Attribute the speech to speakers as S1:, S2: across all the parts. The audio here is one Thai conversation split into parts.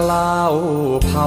S1: กล้าวเผ่า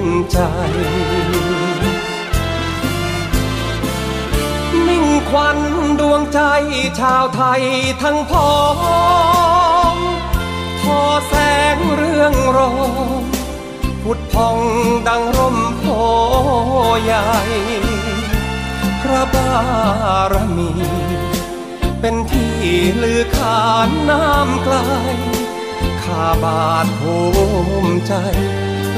S1: นใจ มิ่งควันดวงใจชาวไทยทั้งพ้องพอแสงเรื่องรองพุดพองดังร่มโพใหญ่ พระบารมี เป็นที่ลือขานน้ำไกลข้าบาทภูมิใจ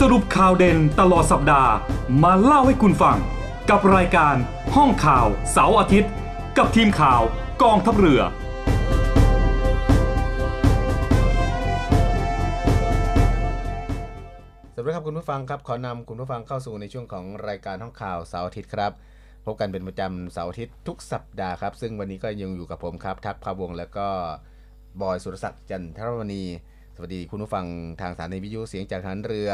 S2: สรุปข่าวเด่นตลอดสัปดาห์มาเล่าให้คุณฟัง กับรายการห้องข่าวเสาร์อาทิตย์ กับทีมข่าวกองทัพเรือ
S3: สวัสดีครับคุณผู้ฟังครับขอนำคุณผู้ฟังเข้าสู่ในช่วงของรายการห้องข่าวเสาร์อาทิตย์ครับพบกันเป็นประจำเสาร์อาทิตย์ทุกสัปดาห์ครับ ซึ่งวันนี้ก็ยังอยู่กับผมครับ ทักษ์ภาวงศ์แล้วก็บอยสุรศักดิ์จันทรวณีสวัสดีคุณผู้ฟังทางสถานีวิทยุเสียงจากฐานเรือ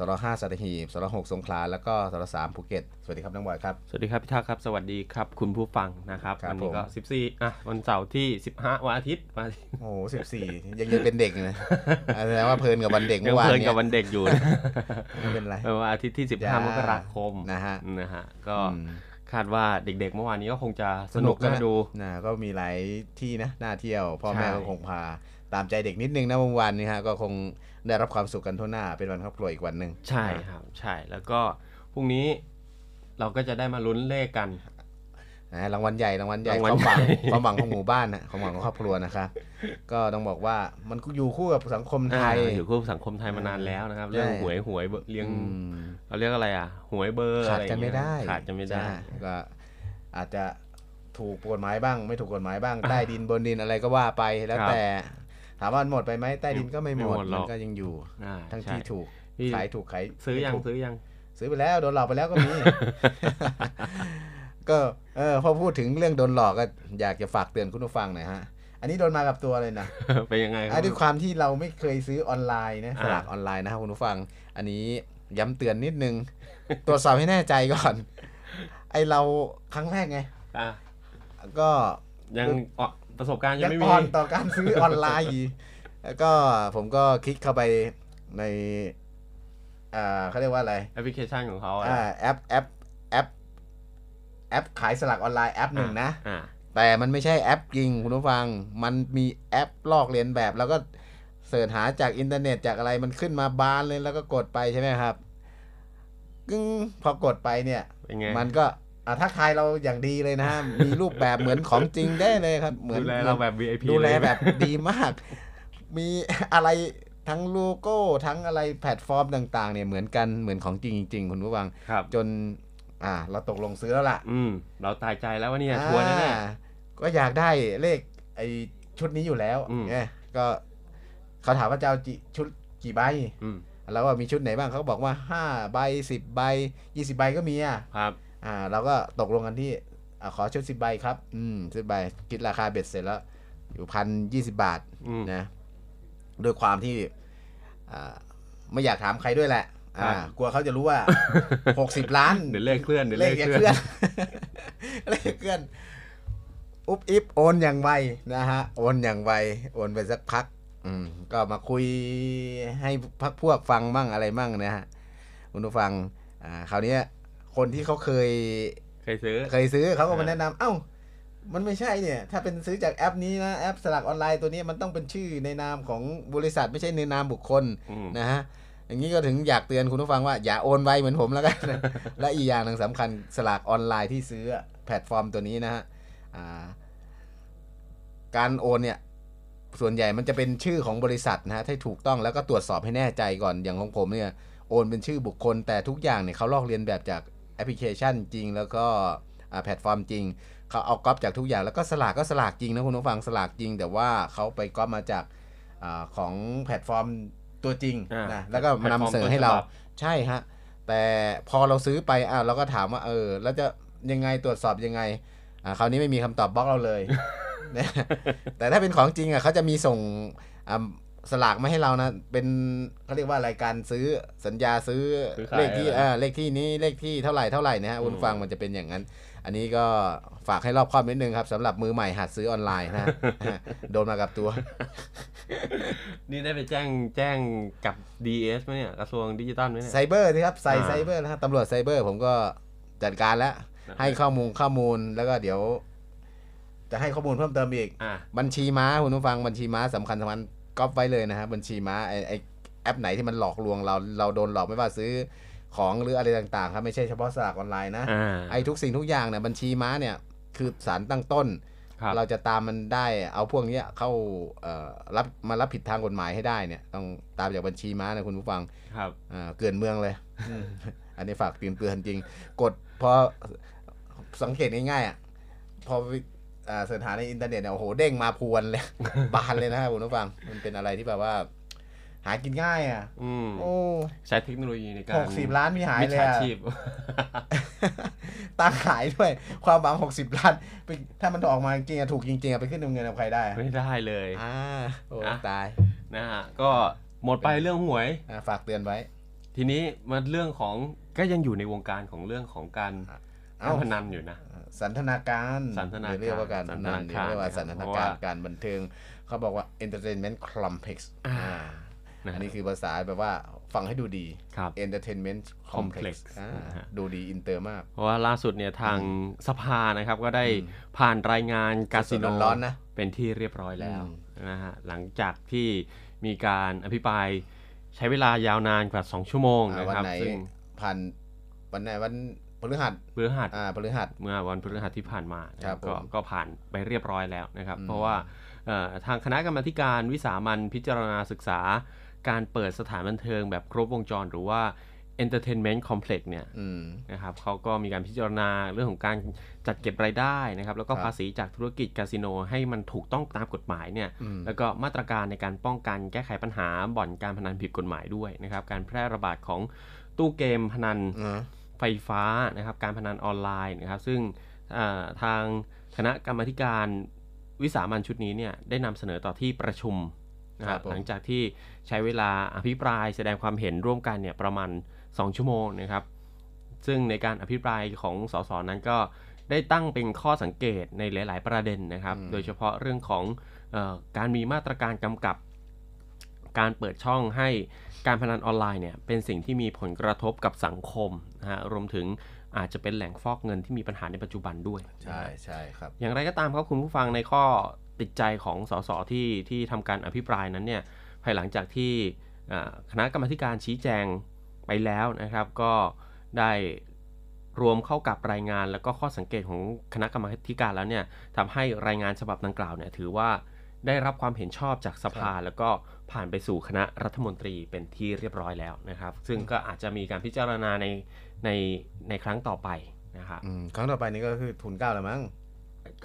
S3: สรห้าสัตหีบสรหกสงขลาแล้วก็สรสามภูเก็ตสวัสดีครับน้องบอยครับ
S4: สวัสดีครับพี่ทักษ์ครับ สวัสดีครับ คุณผู้ฟังนะครับ
S3: ครับ
S4: วันี้ก็
S3: ผม
S4: 14อ่ะวันเสาร์ที่ 15วันอาทิตย์วันอาทิตย์
S3: โอ้โหสิบสี่ ยังยังเป็นเด็ก อยู่นะอ่าแสดงว่าเพลินกับวันเด็ก
S4: ยั
S3: เมื่
S4: ง
S3: อวาน
S4: เพลิน
S3: เนี้
S4: กับ
S3: ย
S4: วันเด็กอยู่
S3: ไม่เป็นไร
S4: เออวันอาทิตย์ที่
S3: จ้า
S4: 15 มกราคม
S3: นะฮะ
S4: นะฮะก็
S3: อืม
S4: คาดว่าเด็กๆ เมื่อวานนี้ก็คงจะสนุก
S3: กั
S4: น่าดู
S3: นะก็มีหลายที่นะน่าเที่ยวพ่อแม่
S4: ใช่
S3: ก็คงพาตามใจเด็กนิดนึงนะเมื่อวันนี้ฮะก็คงได้รับความสุขกันทั่วหน้าเป็นวันครอบครัวอีกวันหนึ่ง
S4: ใช่ครับ ใช่แล้วก็พรุ่งนี้เราก็จะได้มาลุ้นเลขกัน
S3: นะฮะรางวัลใหญ่รางวัลใหญ่
S4: ราง
S3: ค
S4: วัล
S3: วามหวัง
S4: ใหญ่
S3: ความหวังของหมู่บ้านนะความหวังของครอบครัวนะครับก็ต้องบอกว่ามันก็อยู่คู่กับสังคมไทย
S4: อ่าอยู่คู่สังคมไทยมานานแล้วนะครับ เรื่อง
S3: ใช่
S4: หวยหวยเบอร์เลี้ยง
S3: อืม
S4: เราเรียกอะไรอ่ะหวยเบอร์
S3: ขาด
S4: อะไรอ
S3: กั
S4: ย่
S3: น
S4: ง
S3: ไม่
S4: เงี้ย
S3: ได้
S4: ขาดกันไม่ได้
S3: ใช่ก็อาจจะถูกกฎหมายบ้าง ไม่ถูกกฎหมายบ้างใต้ดินบนดินอะไรก็ว่าไปแล้ว
S4: ครับ
S3: แต่ถามว่าหมดไปไหมใต้ดินก็ไม่หม
S4: ไม่
S3: ด
S4: หมดหร
S3: มั
S4: อก
S3: นก็ยังอยู่
S4: อ่า
S3: ทั้ง
S4: ใช่
S3: ที่ถูก
S4: พี่
S3: ขายถูกขาย
S4: ซื้อยัง
S3: ไม่ถูก
S4: ซื้อยัง
S3: ซื้อไปแล้วโดนหลอกไปแล้วก็มี ก็เออพอพูดถึงเรื่องโดนหลอกก็อยากจะฝากเตือนคุณผู้ฟังหน่อยฮะ อันนี้โดนมากับตัวเลยนะ
S4: เป็นยังไงครั
S3: อ่ะ
S4: บ
S3: ด้วยความที่เราไม่เคยซื้อออนไลน์นะ
S4: อ่า
S3: สลากออนไลน์นะครับคุณผู้ฟัง อันนี้ย้ำเตือนนิดนึง ตรวจสอบให้แน่ใจก่อน ไอเราครั้งแรกไง
S4: อ่ะ
S3: ก็
S4: ยังอ่ะประสบการณ์
S3: ยั
S4: ยั
S3: ง
S4: งไม่มี
S3: อ่อนต่อการซื้อออนไลน์อยู่แล้วก็ผมก็คลิกเข้าไปในอ่าเขาเรียกว่าอะไร
S4: แอปพลิเคชันของเขา
S3: อ่า
S4: อ่ะ
S3: แอปแอปแอปแอปขายสลากออนไลน์แอปหนึ่งนะ
S4: อ่า
S3: แต่มันไม่ใช่แอปจริงคุณผู้ฟัง มันมีแอปลอกเลียนแบบ แล้วก็เสิร์ชหาจากอินเทอร์เน็ตจากอะไรมันขึ้นมาบานเลยแล้วก็กดไปใช่ไหมครับกึ้งพอกดไปเนี่ย
S4: เป็นไง
S3: มันก็ อ่ะทักทายเราอย่างดีเลยนะฮะ มีรูปแบบเหมือนของจริงได้เลยครับ เหมือน
S4: ดูแลเราแบบ VIP
S3: ดูแล
S4: เย
S3: แบบดีมาก มีอะไรทั้งโลโก้ทั้งอะไรแพลตฟอร์มต่างๆเนี่ยเหมือนกันเหมือนของจริงจริงๆคุณผู้ฟัง
S4: ครับ
S3: จน อ่า เราตกลงซื้อแล้วล่ะ
S4: อืม เราตายใจแล้วว่าเนี่ยทัวร์แน่
S3: อ่าก็อยากได้เลขไอชุดนี้อยู่แล้ว
S4: อืม
S3: เนี่ยก็เขาถามว่าจะเอาจิชุดกี่ใบ
S4: ๆอืม
S3: แล้วก็มีชุดไหนบ้างเขาก็บอกว่า 5 ใบ 10 ใบ 20 ใบก็มีอ่ะ
S4: ครับ
S3: อ่า เราก็ตกลงกันที่อาขอชุด 10 ใบครับ อืมสิบใบ คิดราคาเบ็ดเสร็จแล้ว อยู่พันยี่สิบาท
S4: อืม
S3: นะ ด้วยความที่ อ่า ไม่อยากถามใครด้วยแหละ อ่า
S4: ครับ
S3: กลัวเขาจะรู้ว่า 60 ล้าน
S4: เดี๋ยวเลขเคลื่อนเดี๋ยว
S3: เล
S4: เล
S3: ขอ
S4: ข
S3: ย่า
S4: เค
S3: เค
S4: ลื่
S3: ลื่
S4: อ
S3: อน น เลขเคลื่อน อุบอิบโอนอย่างไวนะฮะ โอนอย่างไว โอนไปสักพัก อืม ก็มาคุยให้พักพวกฟังมั่งอะไรมั่งนะฮะ คุณผู้ฟัง อ่า คราวเนี้ย คนที่เขาเคย
S4: ใครซื้อ
S3: เคยซื้อเขาก็มา
S4: อ่า
S3: แนะนำเอ้า มันไม่ใช่เนี่ย ถ้าเป็นซื้อจากแอปนี้นะ แอปสลากออนไลน์ตัวนี้มันต้องเป็นชื่อในนามของบริษัทไม่ใช่ในนามบุคคล
S4: อืม
S3: นะฮะ อย่างนี้ก็ถึงอยากเตือนคุณผู้ฟังว่าอย่าโอนไวเหมือนผมแล้วกัน และอีกอย่างหนึ่งสำคัญสลากออนไลน์ที่ซื้ออะแพลตฟอร์มตัวนี้นะฮะอ่าการโอนเนี่ย ส่วนใหญ่มันจะเป็นชื่อของบริษัทนะฮะที่ถูกต้องแล้วก็ตรวจสอบให้แน่ใจก่อนอย่างของผมเนี่ย โอนเป็นชื่อบุคคล แต่ทุกอย่างเนี่ยเขาลอกเลียนแบบจากแอปพลิเคชันจริง แล้วก็อ่าแพลตฟอร์มจริง เขาเอาก๊อปจากทุกอย่างแล้วก็สลากก็สลากจริงนะคุณผู้ฟังสลากจริง แต่ว่าเขาไปก๊อปมาจากอาของแพลตฟอร์มตัวจริง
S4: อ่าน
S3: นะแล้วก็มานำเสนอให้เรา
S4: แพลตฟอร์มต้นฉบับ
S3: ใช่ฮะแต่พอเราซื้อไปอ้าวเราก็ถามว่าเออแล้วจะยังไงตรวจสอบยังไงอ่าคราวนี้ไม่มีคำตอบบล็อกเราเลย นะแต่ถ้าเป็นของจริงอ่ะเขาจะมีส่งอ่าสลากมาให้เรานะ เป็นเขาเรียกว่าอะไรายการซื้อสัญญาซื้อ
S4: ซื้อขาย
S3: เลขที่
S4: อะไร
S3: อ่าเลขที่นี้เลขที่เท่าไหร่เท่าไหร่นะฮะคุณผู้ฟังมันจะเป็นอย่างนั้น อันนี้ก็ฝากให้รอบคอบนิดนึงครับสำหรับมือใหม่หัดซื้อออนไลน์นะฮะ โดนมากับตัว
S4: นี่ได้ไปแจ้งแจ้งกับ DS ไหมเนี่ยกระทรวงดิจิตอลไหมเนี่ย
S3: ไซเบอร์สิครับใส่
S4: อ่า
S3: ไซเบอร์นะฮะตำรวจไซเบอร์ผมก็จัดการแล้ว
S4: นะ
S3: ให้ข้อมูลข้อมูลแล้วก็เดี๋ยว จะให้ข้อมูลเพิ่มเติมอีก
S4: อ่ะ
S3: บัญชีม้าคุณผู้ฟังบัญชีม้าสำคัญสำคัญก๊อปไว้เลยนะฮะบัญชีม้าไอไอแอปไหนที่มันหลอกลวงเราเราโดนหลอกไม่ว่าซื้อของหรืออะไรต่างๆครับไม่ใช่เฉพาะสลากออนไลน์นะ
S4: อ่า
S3: ไอทุกสิ่งทุกอย่างเนี่ยบัญชีม้าเนี่ยคือสารตั้งต้น
S4: ครับ
S3: เราจะตามมันได้เอาพวกเนี้ยเข้าเอ่อรับมารับผิดทางกฎหมายให้ได้เนี่ยต้องตามจากบัญชีม้านะคุณผู้ฟัง
S4: ครับ
S3: อ่าเกลื่อนเมืองเลย อันนี้ฝากเตือนเตือนจริง กดพอสังเกตง่ายๆอ่ะ พอไปอ่าเสิร์ชหาในอินเทอร์เน็ตเนี่ยโอ้โหเด้งมาพรวนเลย บานเลยนะครับคุณผู้ฟัง มันเป็นอะไรที่แบบว่า หากินง่ายอ่ะ
S4: อืม
S3: โอ้
S4: ใช้เทคโนโลยีในการ
S3: หกสิบล้านมีหาย
S4: มิจ
S3: เลย
S4: ฉา
S3: อ่ะ
S4: ชีพ
S3: ตาขายด้วย ความหวังหกสิบล้านไปถ้ามันออกมาจริงๆอะถูกจริงๆอะไปขึ้นเงินกับใครได้อะ
S4: ไม่ได้เลย
S3: อ่าโอ้
S4: อ่ะ
S3: ตาย
S4: นะฮะ ก็หมดไปเรื่องหวย
S3: อ่ะฝากเตือนไว้
S4: ทีนี้มาเรื่องของก็ยังอยู่ในวงการของเรื่องของการ
S3: เอ้า
S4: พนันอยู่นะ
S3: สันทนาการ
S4: สันทนา
S3: ห
S4: การ
S3: รือเรียกว่าการ
S4: สันท
S3: นั่
S4: นาน การ
S3: เรียกว่า
S4: นะครับ
S3: สันทนา
S4: เพราะ
S3: กา
S4: ว่า
S3: รการบันเทิงเขาบอกว่า entertainment complex
S4: อ่า
S3: อ่า
S4: นะ
S3: อันนี้คือภาษาแบบว่าฟังให้ดูดี
S4: ครับ
S3: entertainment complex
S4: complex
S3: อ่า
S4: นะฮะ
S3: ดูดีอินเตอร์มาก
S4: เพราะว่าล่าสุดเนี่ยทางสภานะครับก็ได้ผ่านรายงานคาสิโน
S3: สดๆร้อนๆนะ
S4: เป็นที่เรียบร้อยแล้ว
S3: อื
S4: นะฮะหลังจากที่มีการอภิปรายใช้เวลายาวนานกว่า 2 ชั่วโมง
S3: อ่า
S4: นะ
S3: วัน
S4: ครับ
S3: ไหน
S4: ซึ่ง
S3: ผ่านวันไหนวันพฤหัส
S4: พฤหัส
S3: อ่าพฤหัส
S4: เมื่อวันพฤหัสที่ผ่านมานะค
S3: ครั
S4: รั
S3: บบ ผม
S4: ก็ก็ผ่านไปเรียบร้อยแล้วนะครับ
S3: อืม
S4: เพราะว่าเอ่อทางคณะกรรมาธิการวิสามันพิจารณาศึกษา การเปิดสถานบันเทิงแบบครบวงจรหรือว่า entertainment complex เนี่ย
S3: อืม
S4: นะครับเขาก็มีการพิจารณาเรื่องของการจัดเก็บรายได้นะครับ แล้วก็
S3: ครับ
S4: ภาษีจากธุรกิจคาสิโนให้มันถูกต้องตามกฎหมายเนี่ย
S3: อืม
S4: แล้วก็มาตรการในการป้องกันแก้ไขปัญหาบ่อนการพนันผิดกฎหมายด้วยนะครับ การแพร่ระบาดของตู้เกมพนัน
S3: อ่า
S4: ไฟฟ้านะครับ การพนันออนไลน์นะครับ ซึ่งอ่าทางคณะกรรมาธิการวิสามันชุดนี้เนี่ยได้นำเสนอต่อที่ประชุมนะครับหลังจากที่ใช้เวลาอภิปรายแสดงความเห็นร่วมกันเนี่ยประมาณ 2 ชั่วโมงนะครับ ซึ่งในการอภิปรายของสสนั้นก็ได้ตั้งเป็นข้อสังเกตในหลาย ๆ ประเด็นนะครับ โดยเฉพาะเรื่องของเออการมีมาตรการกำกับ การเปิดช่องให้การพนันออนไลน์เนี่ยเป็นสิ่งที่มีผลกระทบกับสังคมนะฮะรวมถึงอาจจะเป็นแหล่งฟอกเงินที่มีปัญหาในปัจจุบันด้วย
S3: ใช่ใช่ครับ
S4: อย่างไรก็ตามครับคุณผู้ฟังในข้อติดใจของสสที่ที่ทำการอภิปรายนั้นเนี่ยภายหลังจากที่อ่าคณะกรรมาธิการชี้แจงไปแล้วนะครับ ก็ได้ รวมเข้ากับรายงานแล้วก็ข้อสังเกตของคณะกรรมาธิการแล้วเนี่ยทำให้รายงานฉบับดังกล่าวเนี่ยถือว่าได้รับความเห็นชอบจากสภา แล้วก็ผ่านไปสู่คณะรัฐมนตรีเป็นที่เรียบร้อยแล้วนะครับ ซึ่งก็อาจจะมีการพิจารณาในในในครั้งต่อไปนะครับ
S3: อืมครั้งต่อไปนี้ก็คือทุนเกล้าแล้วมั้ง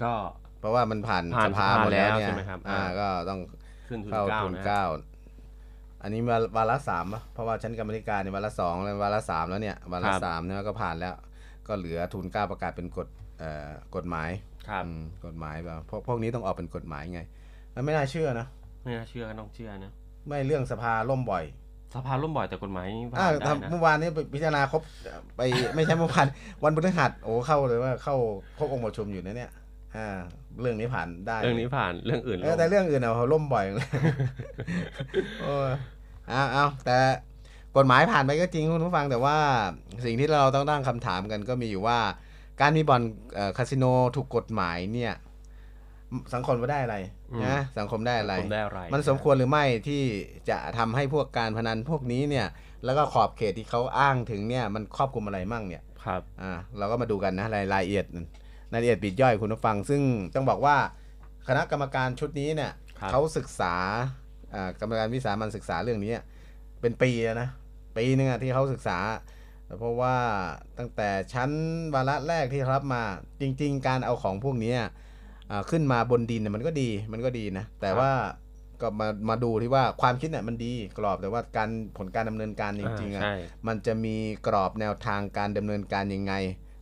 S4: ก็
S3: เพราะว่ามันผ่าน
S4: ผ่าน
S3: สภาหมดแล้วเนี่ย
S4: สภาแล้วใช่ไหมครับ
S3: อ่า
S4: อ่า
S3: ก็ต้อง
S4: ขึ้นทุน
S3: เข้า
S4: เกล้า
S3: ทุน
S4: นะ
S3: เกล้าอันนี้วาวาระสามปะเพราะว่าชั้นกรรมธิการในยวาระสองแล้ววาระสามแล้วเนี่ยวาระสามเนี่ยก็ผ่านแล้ว ก็เหลือทุนเกล้าประกาศเป็นกฎเอ่อกฎหมาย
S4: ครับ
S3: อืมกฎหมายแบบพวกพวกนี้ต้องออกเป็นกฎหมายไงมันไม่น่าเชื่อนะ
S4: ไม่น่าเชื่อก็ต้องเชื่อนะ
S3: ไม่เรื่องสภาล่มบ่อย
S4: สภาล่มบ่อยแต่กฎหมายผ่า
S3: อ่าน
S4: ได้นะ
S3: ทำเมื่อวานนี้ไปพิจารณาครบไปไม่ใช่เมื่อวานวันพฤหัสโอ้เข้าเลยว่าเข้าครบองค์ประชุมอยู่นะเนี่ยอ่าเรื่องนี้ผ่านได้
S4: เรื่องนี้ผ่านเรื่องอื่น
S3: เออ
S4: ลง
S3: แต่เรื่องอื่นเอาเขาล่มบ่อย เลย โอ้ยเอาเอาแต่กฎหมายผ่านไปก็จริงคุณผู้ฟังแต่ว่าสิ่งที่เราต้องตั้งคำถามกันก็มีอยู่ว่า การมีบ่อนเอ่อคาสิโนถูกกฎหมายเนี่ย สังคมว่าได้อะไร
S4: อืม
S3: นะสังคมได้อะไร
S4: ผมได้อะไร
S3: มันสมควรหรือไม่ที่จะทำให้พวกการพนันพวกนี้เนี่ย แล้วก็ขอบเขตที่เขาอ้างถึงเนี่ย มันครอบคลุมอะไรมั่งเนี่ย
S4: ครับ
S3: อ่าเราก็มาดูกันนะรายรายละเอียดรายละเอียดปลีกย่อยคุณผู้ฟัง ซึ่งต้องบอกว่าคณะกรรมการชุดนี้เนี่ย
S4: ครับ
S3: เขาศึกษาอ่ากรรมการวิสามันศึกษาเรื่องนี้เป็นปีแล้วนะปีหนึงอะที่เขาศึกษา เพราะว่าตั้งแต่ชั้นวาระแรกที่รับมาจริง ๆ การเอาของพวกนี้อ่าขึ้นมาบนดินน่ะมันก็ดีมันก็ดีนะแต่ว่าก็มามาดูที่ว่าความคิดเนี่ยมันดีกรอบแต่ว่าการผลการดำเนินการจริงๆอะ
S4: อ่าใช่
S3: มันจะมีกรอบแนวทางการดำเนินการยังไง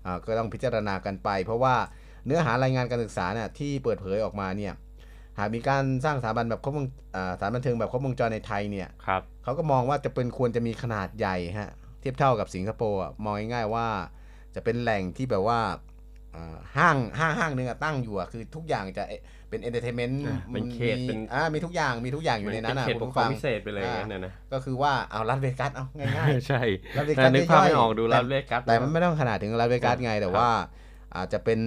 S3: อ่าก็ต้องพิจารณากันไป เพราะว่าเนื้อหารายงานการศึกษาเนี่ยที่เปิดเผยออกมาเนี่ยหากมีการสร้างสถาบันแบบครบวงอ่าสถานบันเทิงแบบครบวงจรในไทยเนี่ย
S4: ครับ
S3: เขาก็มองว่าจะเป็นควรจะมีขนาดใหญ่ฮะเทียบเท่ากับสิงคโปร์อะมองง่ายๆว่า จะเป็นแหล่งที่แบบว่าอ่าห้างห้างห้างหนึงอะตั้งอยู่อะคือทุกอย่างจะเอ๊ะเป็นเอนเตอร์เทนเมนต์
S4: อ่าเป็นเขตเป็น
S3: มีทุกอย่างมีทุกอย่างอยู่ในนั้นอะ
S4: เหมืเขตป
S3: คุณ
S4: ก
S3: ผู้
S4: ครอง
S3: ฟัง
S4: พิเศษไปเลยอย่างนั้นนะนะ
S3: ก็คือว่าเอาลัสเวกัสเอาง่ายๆ
S4: ใช่
S3: ลาสเวกัส
S4: แต่นึกภาพไม่
S3: ย่อยๆ
S4: ออกดูลาสเวกัส
S3: แต่มันไม่ต้องขนาดถึงลาสเวกัสไง แต่
S4: ครับ
S3: ว่าอาจจะเป็น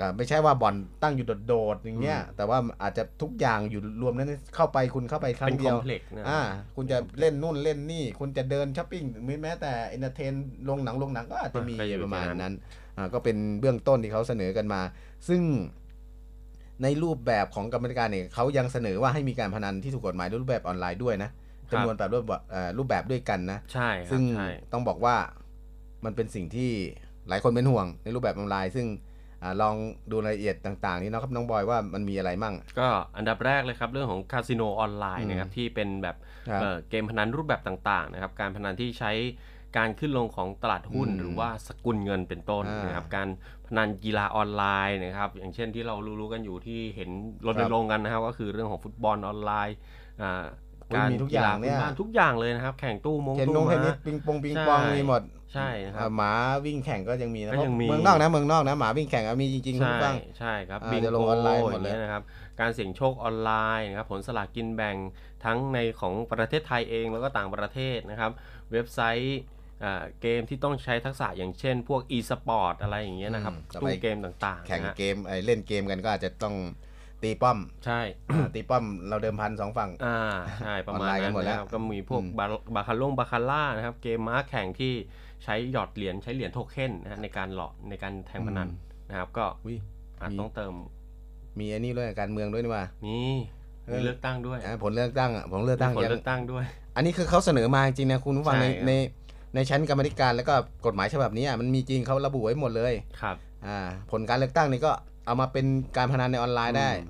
S3: อ่าไม่ใช่ว่าบ่อนตั้งอยู่โดดๆอย่างเงี้ย แต่ว่าอาจจะทุกอย่างอยู่รวมนั้นเข้าไปคุณเข้าไปครั้
S4: เป็
S3: ง
S4: น
S3: เดียว
S4: complex นะ
S3: อ่าคุณจะเล่นนู่นเล่นนี่ คุณจะเดินช้อปปิ้งหรือแม้แต่เอนเตอร์เทนลงหนังลงหนังก็อาจจะมี
S4: ก็อยู่ใน
S3: ประมาณ
S4: นั้น
S3: นั้นอ่าก็เป็นเบื้องต้นที่เขาเสนอกันมา ซึ่งในรูปแบบของกรรมการเนี่ยเขายังเสนอว่าให้มีการพนันที่ถูกกฎหมายด้วยรูปแบบออนไลน์ด้วยนะจำนวนแบบรูปแบบเอ่อรูปแบบด้วยกันนะ
S4: ใช่ครับ
S3: ซึ่ง
S4: ใช่
S3: ต้องบอกว่ามันเป็นสิ่งที่หลายคนเป็นห่วงในรูปแบบออนไลน์ ซึ่งอาลองดูรายละเอียดต่าง ๆ นี้นะครับน้องบอยว่ามันมีอะไรมั่ง
S4: ก็อันดับแรกเลยครับเรื่องของคาสิโนออนไลน์นะครับที่เป็นแบบ
S3: ครับ
S4: เอ่อเกมพนันรูปแบบต่างๆนะครับการพนันที่ใช้การขึ้นลงของตลาดหุ้น
S3: อืม
S4: หรือว่าสกุลเงินเป็นต้น
S3: อ่าน
S4: นะครับการพนันกีฬาออนไลน์นะครับอย่างเช่นที่เรารู้ๆกันอยู่ที่เห็นร
S3: ครั
S4: ณ
S3: บ
S4: รงค์กันนะครับก็คือเรื่องของฟุตบอลออนไลน์อ่า
S3: อุ๊ย
S4: การ
S3: มีทุกอย่างเนี่ย
S4: บ้านทุกอย่างเลยนะครับแข่งตู้มง
S3: เทน
S4: ตู้
S3: นงเทนนิ
S4: ม้า
S3: สปิงปองปิงปอง
S4: ใช่
S3: มีหมด
S4: ใช่นะครับ
S3: อ่าหมาวิ่งแข่งก็ยังมีนะ
S4: ก็ยังมี
S3: เมืองนอกนะเมืองนอกนะหมาวิ่งแข่งอ่ะมีจริงๆคุณ
S4: ใช่
S3: ผู้ฟัง
S4: ใช่ครับ
S3: อ่า
S4: บิง
S3: จะล
S4: โก
S3: งออนไลน์หมด
S4: อย่าง
S3: เลย
S4: เงี้ยนะครับการเสี่ยงโชคออนไลน์นะครับผลสลากกินแบ่งทั้งในของประเทศไทยเองแล้วก็ต่างประเทศนะครับเว็บไซต์อ่าเกมที่ต้องใช้ทักษะอย่างเช่น พวก e-sport อะไรอย่างเงี้ยนะครับ
S3: อืมส
S4: ตู้
S3: มัย
S4: เกมต่างๆ
S3: แข่ง
S4: นะฮะ
S3: เกมไอ้เล่นเกมกันก็อาจจะต้องตีป้อม
S4: ใช่
S3: อ่าตีป้อมเราเดิมพันสองฝั่ง
S4: อ่าใช่ประมาณ
S3: ออนไลน์กั
S4: นั้น
S3: นหมดแล้ว
S4: นะครับก็มีพวก
S3: อืม
S4: บาบาคาร่งบาคาร่านะครับเกมม้าแข่งที่ใช้หยอดเหรียญใช้เหรียญโทเค็นนะฮะในการหลอดในการแทงพนันนะครับก็
S3: อุ๊ย
S4: อาจ
S3: มี
S4: ต้องเติม
S3: มีไอันนี้ด้วยการเมืองด้วยนี่ว่า
S4: นี่
S3: เอ
S4: มี
S3: อ
S4: เลือกตั้งด้วย
S3: อ่าผลเลือกตั้งอ่ะผลเลือกตั้ง
S4: มีผล
S3: ยัง
S4: เลือกตั้งด้วย
S3: อันนี้คือเขาเสนอมาจริงนะคุณผู้ฟัง
S4: ใช่
S3: ใน
S4: ครับ
S3: ในในชั้นกรรมาธิการแล้วก็กฎหมายฉบับนี้อ่ะมันมีจริงเขาระบุไว้หมดเลย
S4: ครับ
S3: อ่าผลการเลือกตั้งนี่ก็เอามาเป็นการพนันในออนไลน์ได้
S4: อืม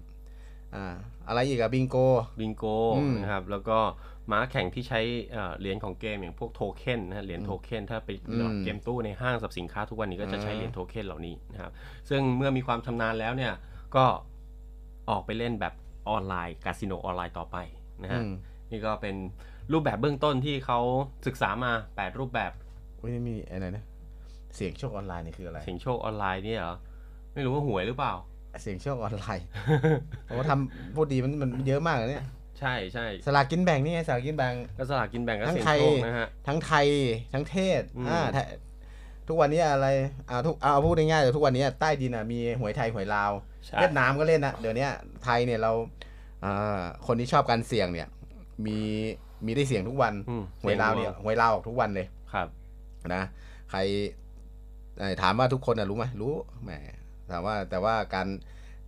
S3: อ่าอะไรอีกอะบิงโก
S4: บิงโก
S3: อืม
S4: นะครับแล้วก็ม้าแข่งที่ใช้เอ่อเหรียญของเกมอย่างพวกโทเค็นนะฮะเหรียญโทเค็นถ้าไปหลอด
S3: อืม
S4: เกมตู้ในห้างสรรพสินค้าทุกวันนี้ก็จะใช้
S3: อ่า
S4: เหรียญโทเค็นเหล่านี้นะครับซึ่งเมื่อมีความชำนาญแล้วเนี่ยก็ออกไปเล่นแบบออนไลน์คาสิโนออนไลน์ต่อไปนะฮะ
S3: อืม
S4: นี่ก็เป็นรูปแบบเบื้องต้นที่เขาศึกษามา 8 รูปแบบ
S3: อุ้ยนี่มีอะไรนะเสียงโชคออนไลน์นี่คืออะไร
S4: เสียงโชคออนไลน์เนี่ยเหรอไม่รู้ว่าหวยหรือเปล่า
S3: เสียงโชคออนไลน์ ผมว่าทำพูดดีมันมันเยอะมากเลยเนี่ย
S4: ใช่ใช่
S3: สลากกินแบ่งนี่ไงสลากกินแบ่ง
S4: ก็สลากกินแบ่งก็
S3: ทั้ง
S4: เสียง
S3: ไทย
S4: โชคนะฮะ
S3: ทั้งไทยทั้งเทศ
S4: อืม
S3: อ่าไทยทุกวันนี้อะไรอ่าทุกเอาพูดง่ายๆแต่ทุกวันนี้ใต้ดินอ่ะมีหวยไทยหวยลาว
S4: ใช่
S3: เวียดนามก็เล่นนะเดี๋ยวเนี้ยไทยเนี่ยเราอ่าคนที่ชอบการเสี่ยงเนี่ยมีมีได้เสี่ยงทุกวัน
S4: อืม
S3: หวยลาวเนี่ย
S4: เสี่ยงทุกวัน
S3: หวยลาวออกทุกวันเลย
S4: ครับ
S3: นะใคร เอ่อถามว่าทุกคนน่ะรู้ไหมรู้แหมถามว่าแต่ว่าการ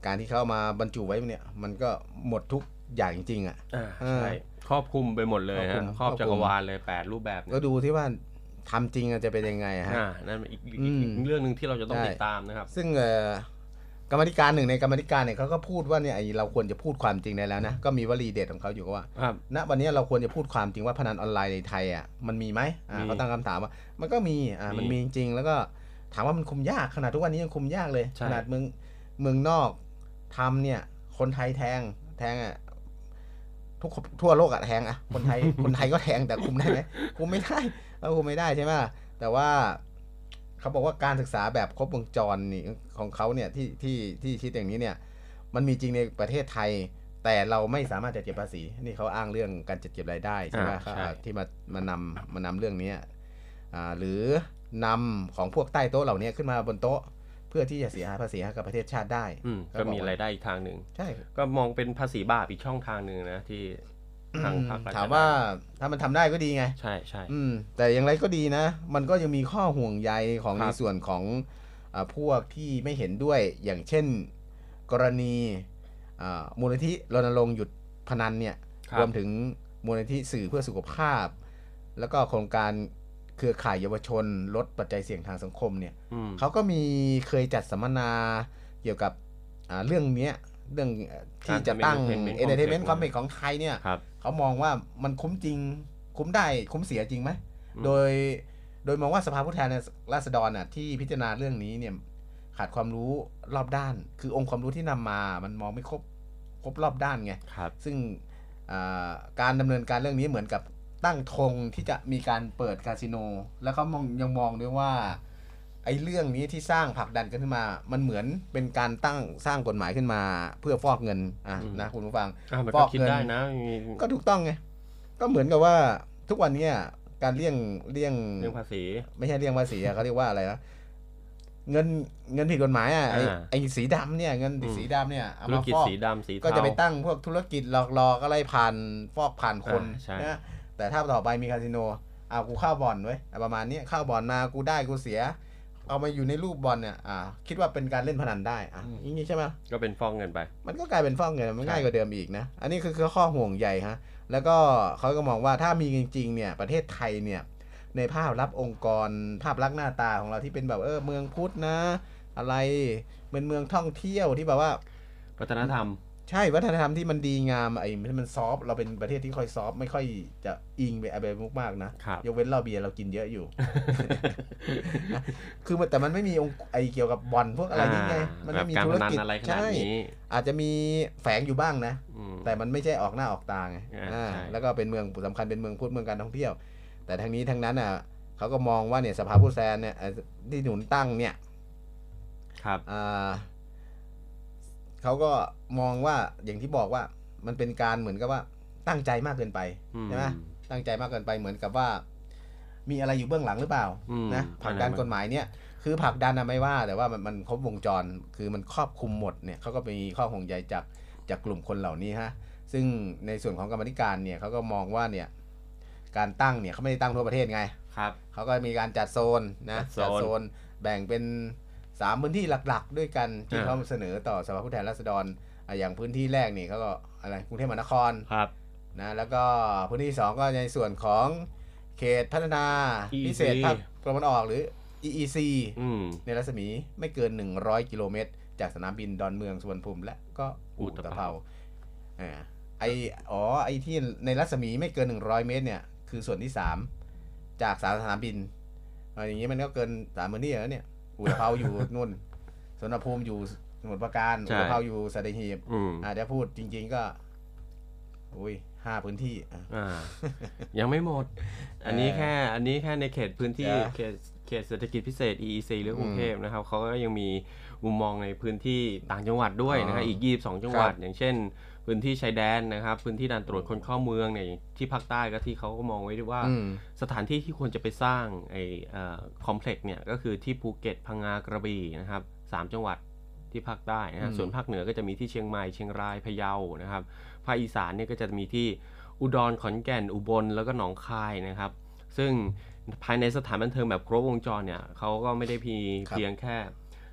S3: การที่เขามาบรรจุไว้เนี่ยมันก็หมดทุกอย่างจริงๆอ่ะ
S4: อ่า
S3: เออ
S4: ใช่ครอบคลุมไปหมดเลยฮะ
S3: ค
S4: ค
S3: ร
S4: ร
S3: อ
S4: อ
S3: บบ คลุม
S4: จักรวาลเลยแปดรูปแบบเนี่ย
S3: ก็ดูที่ว่าทำจริงอะจะเป็นยังไงอะฮะ
S4: อ่านั่นเป็นอีกอีก
S3: อืม
S4: อีกเรื่องหนึ่งที่เราจะต้อง
S3: ใช่
S4: ติดตามนะครับ
S3: ซึ่งเอ่อกรรมธิการหนึ่งในกรรมธิการเนี่ยเขาก็พูดว่าเนี่ยไอ้เราควรจะพูดความจริงได้แล้วนะก็มีวลีเด็ดของเขาอยู่ก็ว่า
S4: ครับ
S3: ณวันนี้เราควรจะพูดความจริงว่าพนันออนไลน์ในไทยอ่ะมันมีไหมอ่า
S4: มี
S3: เขาตั้งคำถามว่า มันก็มีอ่ามัน
S4: มี
S3: มีจริงๆแล้วก็ถามว่ามันคุมยากขนาดทุกวันนี้ยังคุมยากเลย
S4: ใช่
S3: ขนาดเมืองเมืองนอกทำเนี่ยคนไทยแทงแทงอ่ะทุกคนทั่วโลกอ่ะแทงอ่ะคนไทย คนไทยก็แทงแต่คุมได้ไหมคุมไม่ได้เราคุมไม่ได้ใช่ไหมแต่ว่าเขาบอกว่าการศึกษาแบบครบวงจรนี่ของเขาเนี่ยที่ที่ที่คิดอย่างนี้เนี่ย มันมีจริงในประเทศไทย แต่เราไม่สามารถจัดเก็บภาษี นี่เขาอ้างเรื่องการจัดเก็บรายได้ใช่ไหม
S4: อ่า
S3: เขา
S4: ใช่
S3: อ่าที่มามานำมานำเรื่องนี้อ่าหรือนำของพวกใต้โต๊ะเหล่านี้ขึ้นมาบนโต๊ะ เพื่อที่จะเสียหายภาษีให้กับประเทศชาติได้
S4: อืม
S3: ครับ
S4: ก็มี
S3: ผม
S4: รายได้อีกทางหนึ่ง
S3: ใช่
S4: ก็มองเป็นภาษีบาปอีกช่องทางหนึ่งนะที่ทางภาครัฐ
S3: ถามว่าถ้ามันทำได้ก็ดีไง
S4: ใช่ใช่
S3: อืมแต่อย่างไรก็ดีนะ มันก็ยังมีข้อห่วงใยของ
S4: ครั
S3: ใน
S4: บ
S3: ส่วนของอาพวกที่ไม่เห็นด้วยอย่างเช่น กรณีอ่ามูลนิธิรณรงค์หยุดพนันเนี่ย
S4: ครับ
S3: รวมถึงมูลนิธิสื่อเพื่อสุขภาพ แล้วก็โครงการเครือข่ายเยาวชน ลดปัจจัยเสี่ยงทางสังคมเนี่ย
S4: อืม
S3: เขาก็มีเคยจัดสัมมนาเกี่ยวกับอ่าเรื่องเนี้ยเรื่องเอ่อที่จะตั้ง
S4: Entertainment
S3: e n t e r t a i n m e n t
S4: Complex
S3: ความเป็นของไทยเนี่ย
S4: ครับ
S3: เขามองว่ามันคุ้มจริง คุ้มได้คุ้มเสียจริงไหม
S4: อืม
S3: โดยโดยมองว่าสภาผู้แทนราษฎรน่ะที่พิจารณาเรื่องนี้เนี่ยขาดความรู้รอบด้าน คือองค์ความรู้ที่นำมา มันมองไม่ครบครบรอบด้านไง
S4: ครับ
S3: ซึ่งอ่าการดำเนินการเรื่องนี้เหมือนกับตั้งธงที่จะมีการเปิดคาสิโน แล้วเขามองยังมองด้วยว่าไอ้เรื่องนี้ที่สร้างผลักดันกันขึ้นมา มันเหมือนเป็นการตั้งสร้างกฎหมายขึ้นมา เพื่อฟอกเงินอ่ะ
S4: อืม
S3: นะคุณผู้ฟัง
S4: อ่ามัน
S3: ฟ
S4: ก็
S3: อก
S4: คิด
S3: เงิน
S4: ได้นะมี
S3: ก็ถูกต้องไง ก็เหมือนกับว่าทุกวันเนี้ยการเลี่ยงเลี่ยง
S4: เรื่องภาษี
S3: ไม่ใช่เลี่ยงภาษีอะเขาเรียกว่าอะไรนะเงินเงินผิดกฎหมายอ่ะไอ้
S4: อ่า
S3: ไอ้สีดำเนี่ยเงิน
S4: อืม
S3: สีดำเนี่ยเอา
S4: ธุร
S3: มา
S4: กิจ
S3: ฟอก
S4: สีดำสี
S3: ก็
S4: เทา
S3: จะไปตั้งพวกธุรกิจหลอกๆอะไรผ่านฟอกผ่านคน
S4: อ่าใช่
S3: นะแต่ถ้าต่อไปมีคาสิโนเอากูเข้าบ่อนไว้ยอ่ะประมาณเนี้ยเข้าบ่อนมากูได้กูเสีย เอามาอยู่ในรูปบ่อนเนี่ยอ่าคิดว่าเป็นการเล่นพนันได้อ่ะอย่างงี้ใช่ไหม
S4: ก็เป็นฟองเงินไป
S3: มันก็กลายเป็นฟอกเงินมัน
S4: ใช่
S3: ง่ายกว่าเดิมอีกนะ อันนี้คือคือข้อห่วงใหญ่ฮะ แล้วก็เขาก็มองว่าถ้ามีจริงๆเนี่ยประเทศไทยเนี่ยในภาพลับองค์กรภาพลักษณ์หน้าตาของเราที่เป็นแบบเออเมืองพุทธนะ อะไรเป็นเมืองท่องเที่ยวที่แบบว่า
S4: วัฒนธรรม
S3: ใช่วัฒนธรรมที่มันดีงามไอ้มันซอฟต์เราเป็นประเทศที่ค่อยซอฟต์ไม่ค่อยจะอิงไปอะไรมากๆนะครับ ยกเว้นเราเบียร์เรากินเยอะอยู่ คือมันแต่มันไม่มีองค์ไอเกี่ยวกับบอลพวกอะไรนี่ไงมัน
S4: แบ
S3: ไม่
S4: บ
S3: มี
S4: การ
S3: ธุ
S4: พ
S3: ร
S4: นัน
S3: กิจ
S4: อะไรขนาด
S3: ใช่
S4: นี้
S3: อาจจะมีแฝงอยู่บ้างนะ
S4: อืม
S3: แต่มันไม่ใช่ออกหน้าออกตาไง
S4: อ่า
S3: อ่า
S4: ใช่
S3: แล้วก็เป็นเมืองสำคัญเป็นเมืองพูดเมืองการท่องเที่ยว แต่ทั้งนี้ทั้งนั้นอ่ะเขาก็มองว่าเนี่ยสภาผู้แทนเนี่ยเอ่อที่หนุนตั้งเนี่ย
S4: ครับ
S3: อ่าเขาก็มองว่าอย่างที่บอกว่ามันเป็นการเหมือนกับว่าตั้งใจมากเกินไป
S4: อืม
S3: ใช่ไหมตั้งใจมากเกินไปเหมือนกับว่า มีอะไรอยู่เบื้องหลังหรือเปล่า
S4: อืม
S3: นะผลักดัน
S4: อะไรมัน
S3: กฎหมายเนี่ยคือผลักดันนะไม่ว่า แต่ว่ามันมันครบวงจรคือมันครอบคลุมหมดเนี่ยเขาก็มีข้อห่วงใยจากจากกลุ่มคนเหล่านี้ฮะ ซึ่งในส่วนของกรรมธิการเนี่ยเขาก็มองว่าเนี่ยการตั้งเนี่ยเขาไม่ได้ตั้งทั่วประเทศไง
S4: ครับ
S3: เขาก็มีการจัดโซนนะ
S4: จัดโซน
S3: แบ่งเป็น 3 พื้นที่หลักๆ ด้วยกันที่
S4: อ่า
S3: เขาเสนอต่อสภาผู้แทนราษฎรอ่ะอย่างพื้นที่แรกนี่เขาก็อะไรกรุงเทพมหานคร
S4: ครับ
S3: นะแล้วก็พื้นที่ 2 ก็ในส่วนของเขตพัฒนา
S4: EEC
S3: พิเศษภาคตะวันออกหรือ EEC
S4: อืม
S3: ในรัศมีไม่เกิน 100 กิโลเมตร จากสนามบินดอนเมืองสุวรรณภูมิ และก็อุตภเปาอ่าไออ๋อไอที่ในรัศมีไม่เกิน 100 เมตรเนี่ย คือส่วนที่ 3 จากสามสนามบินเอาอย่างนี้มันก็เกินสามพื้นที่แล้วเนี่ย อุตภเปาอยู่นู่นสุวรรณภูมิอยู่สมุทรปราการ
S4: ใช่
S3: อุตภเปาอยู่สัตหีบ
S4: อืม
S3: อ่าจะพูดจริง ๆก็อุ้ยห้าพื้นที่อ่ะ
S4: อ่า ยังไม่หมด อันนี้แค่ อันนี้แค่ในเขตพื้นที่
S3: จ้ะ
S4: เขตเขตเศรษฐกิจพิเศษ EEC หรือกรุงเทพนะครับเขาก็ยังมีมุมมองในพื้นที่ต่างจังหวัดด้วยนะ
S3: อ๋
S4: ฮะ
S3: ออี
S4: อีก 22 จังหวัด อย่างเช่น พื้นที่ชายแดนนะครับ พื้นที่ด่านตรวจคนเข้าเมืองเนี่ยอย่างที่ภาคใต้ก็ที่เขาก็มองไว้ด้วยว่า
S3: อืม
S4: สถานที่ที่ควรจะไปสร้างไอ้คอมเพล็กซ์เนี่ยก็คือที่ภูเก็ตพังงากระบี่นะครับสามจังหวัดที่ภาคใต้นะฮะ
S3: อืม
S4: ส่วนภาคเหนือก็จะมีที่เชียงใหม่เชียงรายพะเยานะครับภาคอีสานเนี่ยก็จะมีที่อุดรขอนแก่นอุบลแล้วก็หนองคายนะครับ ซึ่ง ภายในสถานบันเทิงแบบครบวงจรเนี่ยเขาก็ไม่ได้พี
S3: ครับ
S4: เพียงแค่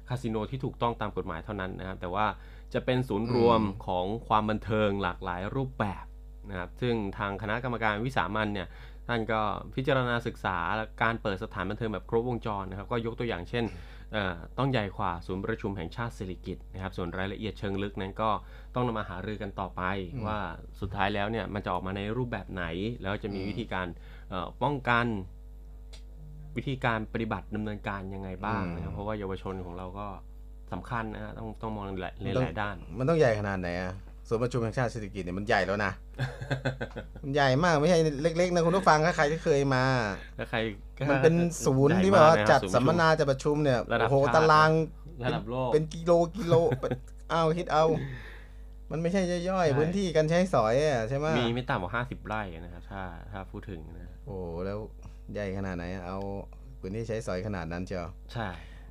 S4: คาสิโนที่ถูกต้องตามกฎหมายเท่านั้นนะครับ แต่ว่าจะเป็นศูนย์รวมของความบันเทิงหลากหลายรูปแบบนะครับ ซึ่งทางคณะกรรมการวิสามันเนี่ย ท่านก็พิจารณาศึกษาการเปิดสถานบันเทิงแบบครบวงจรนะครับ ก็ยกตัวอย่างเช่นเอ่อต้องใหญ่กว่าศูนย์ประชุมแห่งชาติสิริกิตนะครับ ส่วนรายละเอียดเชิงลึกนั้นก็ต้องนำมาหารือกันต่อไป ว่าสุดท้ายแล้วเนี่ยมันจะออกมาในรูปแบบไหน แล้วจะมีวิธีการเอ่อป้องกันวิธีการปฏิบัติดำเนินการยังไงบ้างนะครับ
S3: อืม
S4: เพราะว่าเยาวชนของเราก็สำคัญนะฮะต้องต้องมองหลายในหลาย ด้าน
S3: มันต้องใหญ่ขนาดไหนอะส่วนย์ประชุมแห่งชาติเศรษฐกิจเนี่ยมันใหญ่แล้วนะ มันใหญ่มากไม่ใช่เล็ก ๆ นะคุณผู้ฟังถ้าใครที่เคยมา
S4: และใครก็
S3: มันเป็นศูนย์ที่แบบว่าจัดสัมมนาจัดประชุมเนี่ย
S4: ระดั
S3: โอ้
S4: บ
S3: โห
S4: ชติ
S3: ตาราง
S4: ระดับโลก
S3: เป็นกิโลกิโล เป็นเอาคิดเอา มันไม่ใช่ย่อย
S4: ใช่
S3: ๆพื้นที่การใช้สอยอะใช่ไหม
S4: มีไม่ต่ำกว่าห้าสิบไร่นะครับถ้าถ้าพูดถึงนะ
S3: โอ้โหแล้วใหญ่ขนาดไหนอะเอาพื้นที่ใช้สอยขนาดนั้นเชียว
S4: ใช่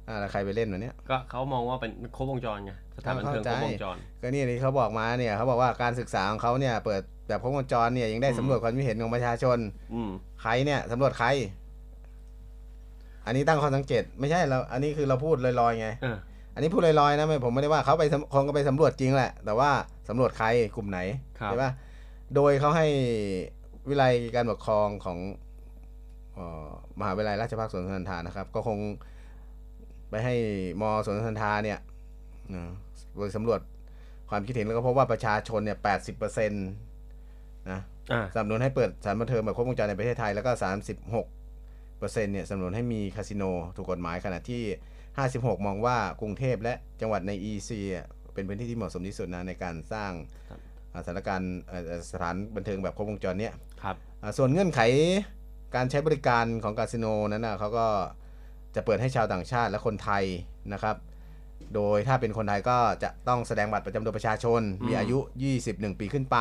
S3: อ่ะแล้วใครไปเล่นวะเนี่ย
S4: ก็เขามองว่าเป็นครบวงจรไงสถานบันเทิงครบวงจร
S3: ก็เนี่ยนี่เขาบอกมาเนี่ยเขาบอกว่าการศึกษาของเขาเนี่ยเปิดแบบครบวงจรเนี่ยยังได้
S4: อืม
S3: สำรวจความคิดเห็นของประชาชน
S4: อืม
S3: ใครเนี่ยสำรวจใคร อันนี้ตั้งข้อสังเกตไม่ใช่เราอันนี้คือเราพูดลอยๆไง
S4: เออ
S3: อันนี้พูดลอยๆนะไม่ผมไม่ได้ว่าเขาไปสำคงก็ไปสำรวจจริงแหละ แต่ว่าสำรวจใครกลุ่มไหน
S4: ครับ
S3: ใช่ปะโดยเขาให้วิไลยการปกครองของเออมหาวิทยาลัยราชภัฏสวนสุนันทานะครับ ก็คงไปให้มสวนสุนันทาเนี่ยนะไปสำรวจความคิดเห็นแล้วก็พบว่าประชาชนเนี่ยแปดสิบเปอร์เซ็นต์นะ
S4: อ่า
S3: สนับสนุนให้เปิดสถานบันเทิงแบบครบวงจรในประเทศไทยแล้วก็สามสิบหกเปอร์เซ็นต์เนี่ยสนับสนุนให้มีคาสิโนถูกกฎหมายขณะที่ 56 มองว่ากรุงเทพและจังหวัดใน EC อะเป็นพื้นที่ที่เหมาะสมที่สุดนะในการสร้างอ่าสถานการณ์เอ่อเอ่อสถานบันเทิงแบบครบวงจรเนี่ย
S4: ครับ
S3: อ่าส่วนเงื่อนไขการใช้บริการของคาสิโนนั้นนะเขาก็จะเปิดให้ชาวต่างชาติและคนไทยนะครับ โดยถ้าเป็นคนไทยก็จะต้องแสดงบัตรประจำตัวประชาชน
S4: อืม
S3: มีอายุ 21 ปีขึ้นไป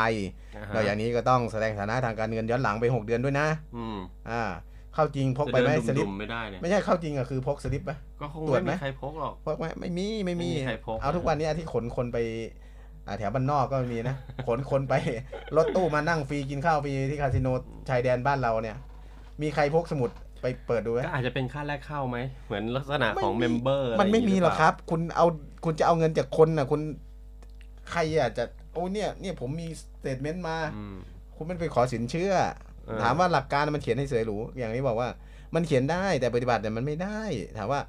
S4: นะ
S3: นอกจา
S4: ฮะ
S3: กนี้ก็ต้องแสดงฐานะทางการเงินย้อนหลังไป 6 เดือนด้วยนะ
S4: อืม
S3: อ่าเข้าจริงพกไปไหมส
S4: จะเดิน
S3: ลิป
S4: ดุมๆไม่ได้เนี่ย
S3: ไม่ใช่เข้าจริงอะคือพกสลิปไหม
S4: ก็คง
S3: ตรวจไหม
S4: ไม่มีใครพกหรอก
S3: พกไหมไม่มีไม่มี
S4: ไม่มีใครพก
S3: เอาทุกวันนี้ที่ขนคนไปอ่าแถวบ้านนอกก็ไม่มีนะ ขนคนไป รถตู้มานั่งฟรีกินข้าวฟรีที่คาสิโนชายแดนบ้านเราเนี่ย มีใครพกสมุดไปเปิดดูไหม
S4: ก็อาจจะเป็นค่าแรกเข้าไหม เหมือนลักษณะของเม
S3: ไ
S4: มเบอร์
S3: มันไม่มีหรอกครับ คุณเอาคุณจะเอาเงินจากคนน่ะ คุณใครอ่ะจะโอ้เนี่ยเนี่ยผมมีสเตทเมนต์มา
S4: อืม
S3: คุณมันไปขอสินเชื่อ
S4: เออ
S3: ถามว่าหลักการมันเขียนให้สวยหรูอย่างที่บอกว่า มันเขียนได้แต่ปฏิบัติเนี่ยมันไม่ได้ ถามว่า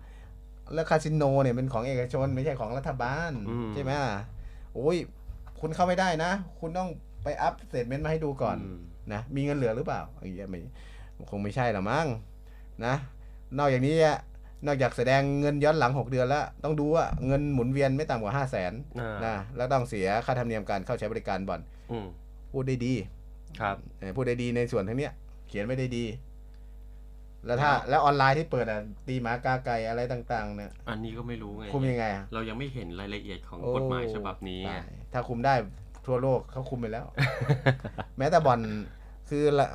S3: แล้วคาสิโนเนี่ยเป็นของเอกชนไม่ใช่ของรัฐบาล ใช่ไหมล่ะโอ้ย คุณเข้าไม่ได้นะ คุณต้องไปอัพสเตทเมนต์มาให้ดูก่อน
S4: ม
S3: นะมีเงินเหลือหรือเปล่าอย่างเงี้ยไม่คงไม่ใช่หรอมั้งนะ นอกจากนี้อะนอกจากแสดงเงินย้อนหลัง 6 เดือนแล้ว ต้องดูว่าเงินหมุนเวียนไม่ต่ำกว่า5 0 0 0 0น
S4: อ่า
S3: นะแล้วต้องเสียค่าธรรมเนียมการเข้าใช้บริการบ่อน
S4: อืม
S3: พูดได้ดี
S4: ครับ
S3: เออพูดได้ดีในส่วนทั้งเนี้ย เขียนไม่ได้ดี แล้วถ้า แล้วออนไลน์ที่เปิดอ่ะตีหมากาไก่อะไรต่าง ๆ เนี่ย
S4: อันนี้ก็ไม่รู้ไง
S3: คุมยังไงอ่ะ
S4: เรายังไม่เห็นรายละเอียดของ
S3: โอ้
S4: กฎหมายฉบับนี้ไง
S3: ตายถ้าคุมได้ทั่วโลกเขาคุมไปแล้ว แม้แต่บอลคือละ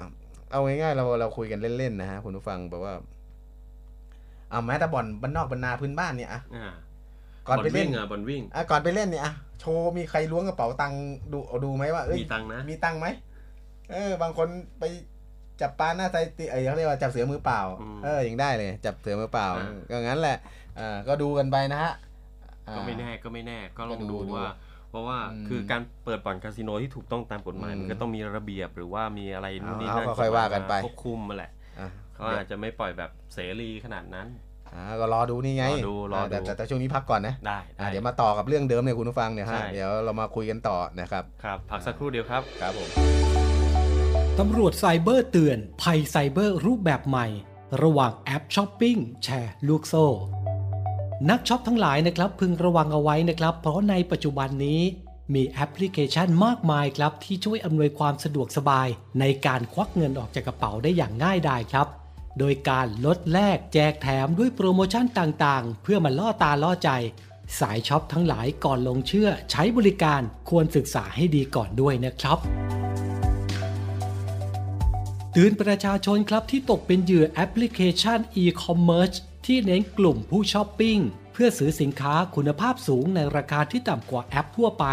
S3: เอาง่ายๆเราเราคุยกันเล่น ๆ นะฮะ คุณผู้ฟังแบบว่าเอาแม้แต่บอลบ้านนอกบ้านนาพื้นบ้านเนี่ยอะ
S4: อ่า
S3: ก่อนไป
S4: บ
S3: เล่
S4: วิ่
S3: น
S4: งอ่ะบอลวิ่ง
S3: อ่ะก่อนไปเล่นเนี่ยอะโชว์มีใครล้วงกระเป๋าตังค์ดูดูไหมว่าเอ้ย
S4: มีตังค์นะ
S3: มีตังค์ไหม เออ บางคนไปจับปลาหน้าไซติเอยเขาเรียกว่าจับเสือมือเปล่า
S4: อืม
S3: เออ ยังได้เลย จับเสือมือเปล่า
S4: อ่า
S3: ก็งั้นแหละอ่าก็ดูกันไปนะฮะอ่า
S4: ก็ไม่แน่ก็ไม่แน่ก็ลอง
S3: ก็ดู
S4: ดูว่า เพราะว่า
S3: อืม
S4: คือการเปิดบ่อนคาสิโนที่ถูกต้องตามกฎหมาย
S3: อืม
S4: มันก็ต้องมีระเบียบหรือว่ามีอะไรนู่นนี่
S3: เอา
S4: นั่น
S3: เอาค่อยๆว่ากันไป
S4: ควบคุมมาแหละ
S3: อ่ะ
S4: เขาอาจจะไม่ปล่อยแบบเสรีขนาดนั้น
S3: อ่าก็รอดูนี่ไง
S4: รอดูรอดู
S3: าแต่แต่แต่ช่วงนี้พักก่อนนะ
S4: ได้
S3: อ่า
S4: ได้
S3: เดี๋ยวมาต่อกับเรื่องเดิมเนี่ยคุณผู้ฟังเนี่ยฮะ
S4: ใช่
S3: เดี๋ยวเรามาคุยกันต่อนะครับ
S4: ครับ พักสักครู่เดียวครับ
S3: ครับผม
S5: ตำรวจไซเบอร์เตือน ภัยไซเบอร์รูปแบบใหม่ ระหว่างแอปช้อปปิ้งแชร์ลูกโซ่ นักช็อปทั้งหลายนะครับพึงระวังเอาไว้นะครับ เพราะในปัจจุบันนี้มีแอปพลิเคชันมากมายครับที่ช่วยอำนวยความสะดวกสบาย ในการควักเงินออกจากกระเป๋าได้อย่างง่ายดายครับ โดยการลดแลกแจกแถมด้วยโปรโมชั่นต่างๆ เพื่อมาล่อตาล่อใจ สายช็อปทั้งหลายก่อนลงเชื่อ ใช้บริการควรศึกษาให้ดีก่อนด้วยนะครับ เตือนประชาชนครับที่ตกเป็นเหยื่อแอปพลิเคชัน e-commerce ที่เน้นกลุ่มผู้ช้อปปิ้ง เพื่อซื้อสินค้าคุณภาพสูงในราคาที่ต่ำกว่าแอปทั่วไป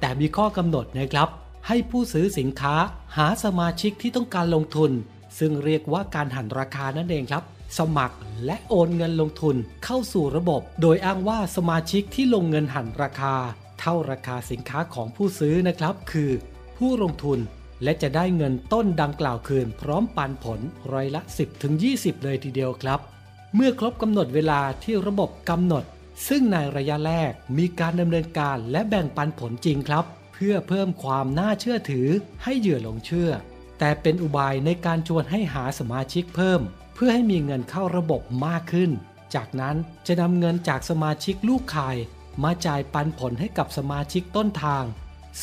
S5: แต่มีข้อกำหนดนะครับ ให้ผู้ซื้อสินค้าหาสมาชิกที่ต้องการลงทุน ซึ่งเรียกว่าการหันราคานั่นเองครับ สมัครและโอนเงินลงทุนเข้าสู่ระบบ โดยอ้างว่าสมาชิกที่ลงเงินหันราคา เท่าราคาสินค้าของผู้ซื้อนะครับ คือ ผู้ลงทุนและจะได้เงินต้นดังกล่าวคืน พร้อมปันผลร้อยละ 10-20 เลยทีเดียวครับ เมื่อครบกำหนดเวลาที่ระบบกำหนด ซึ่งในระยะแรกมีการดำเนินการและแบ่งปันผลจริงครับ เพื่อเพิ่มความน่าเชื่อถือให้เหยื่อหลงเชื่อ แต่เป็นอุบายในการชวนให้หาสมาชิกเพิ่ม เพื่อให้มีเงินเข้าระบบมากขึ้น จากนั้นจะนำเงินจากสมาชิกลูกขาย มาจ่ายปันผลให้กับสมาชิกต้นทาง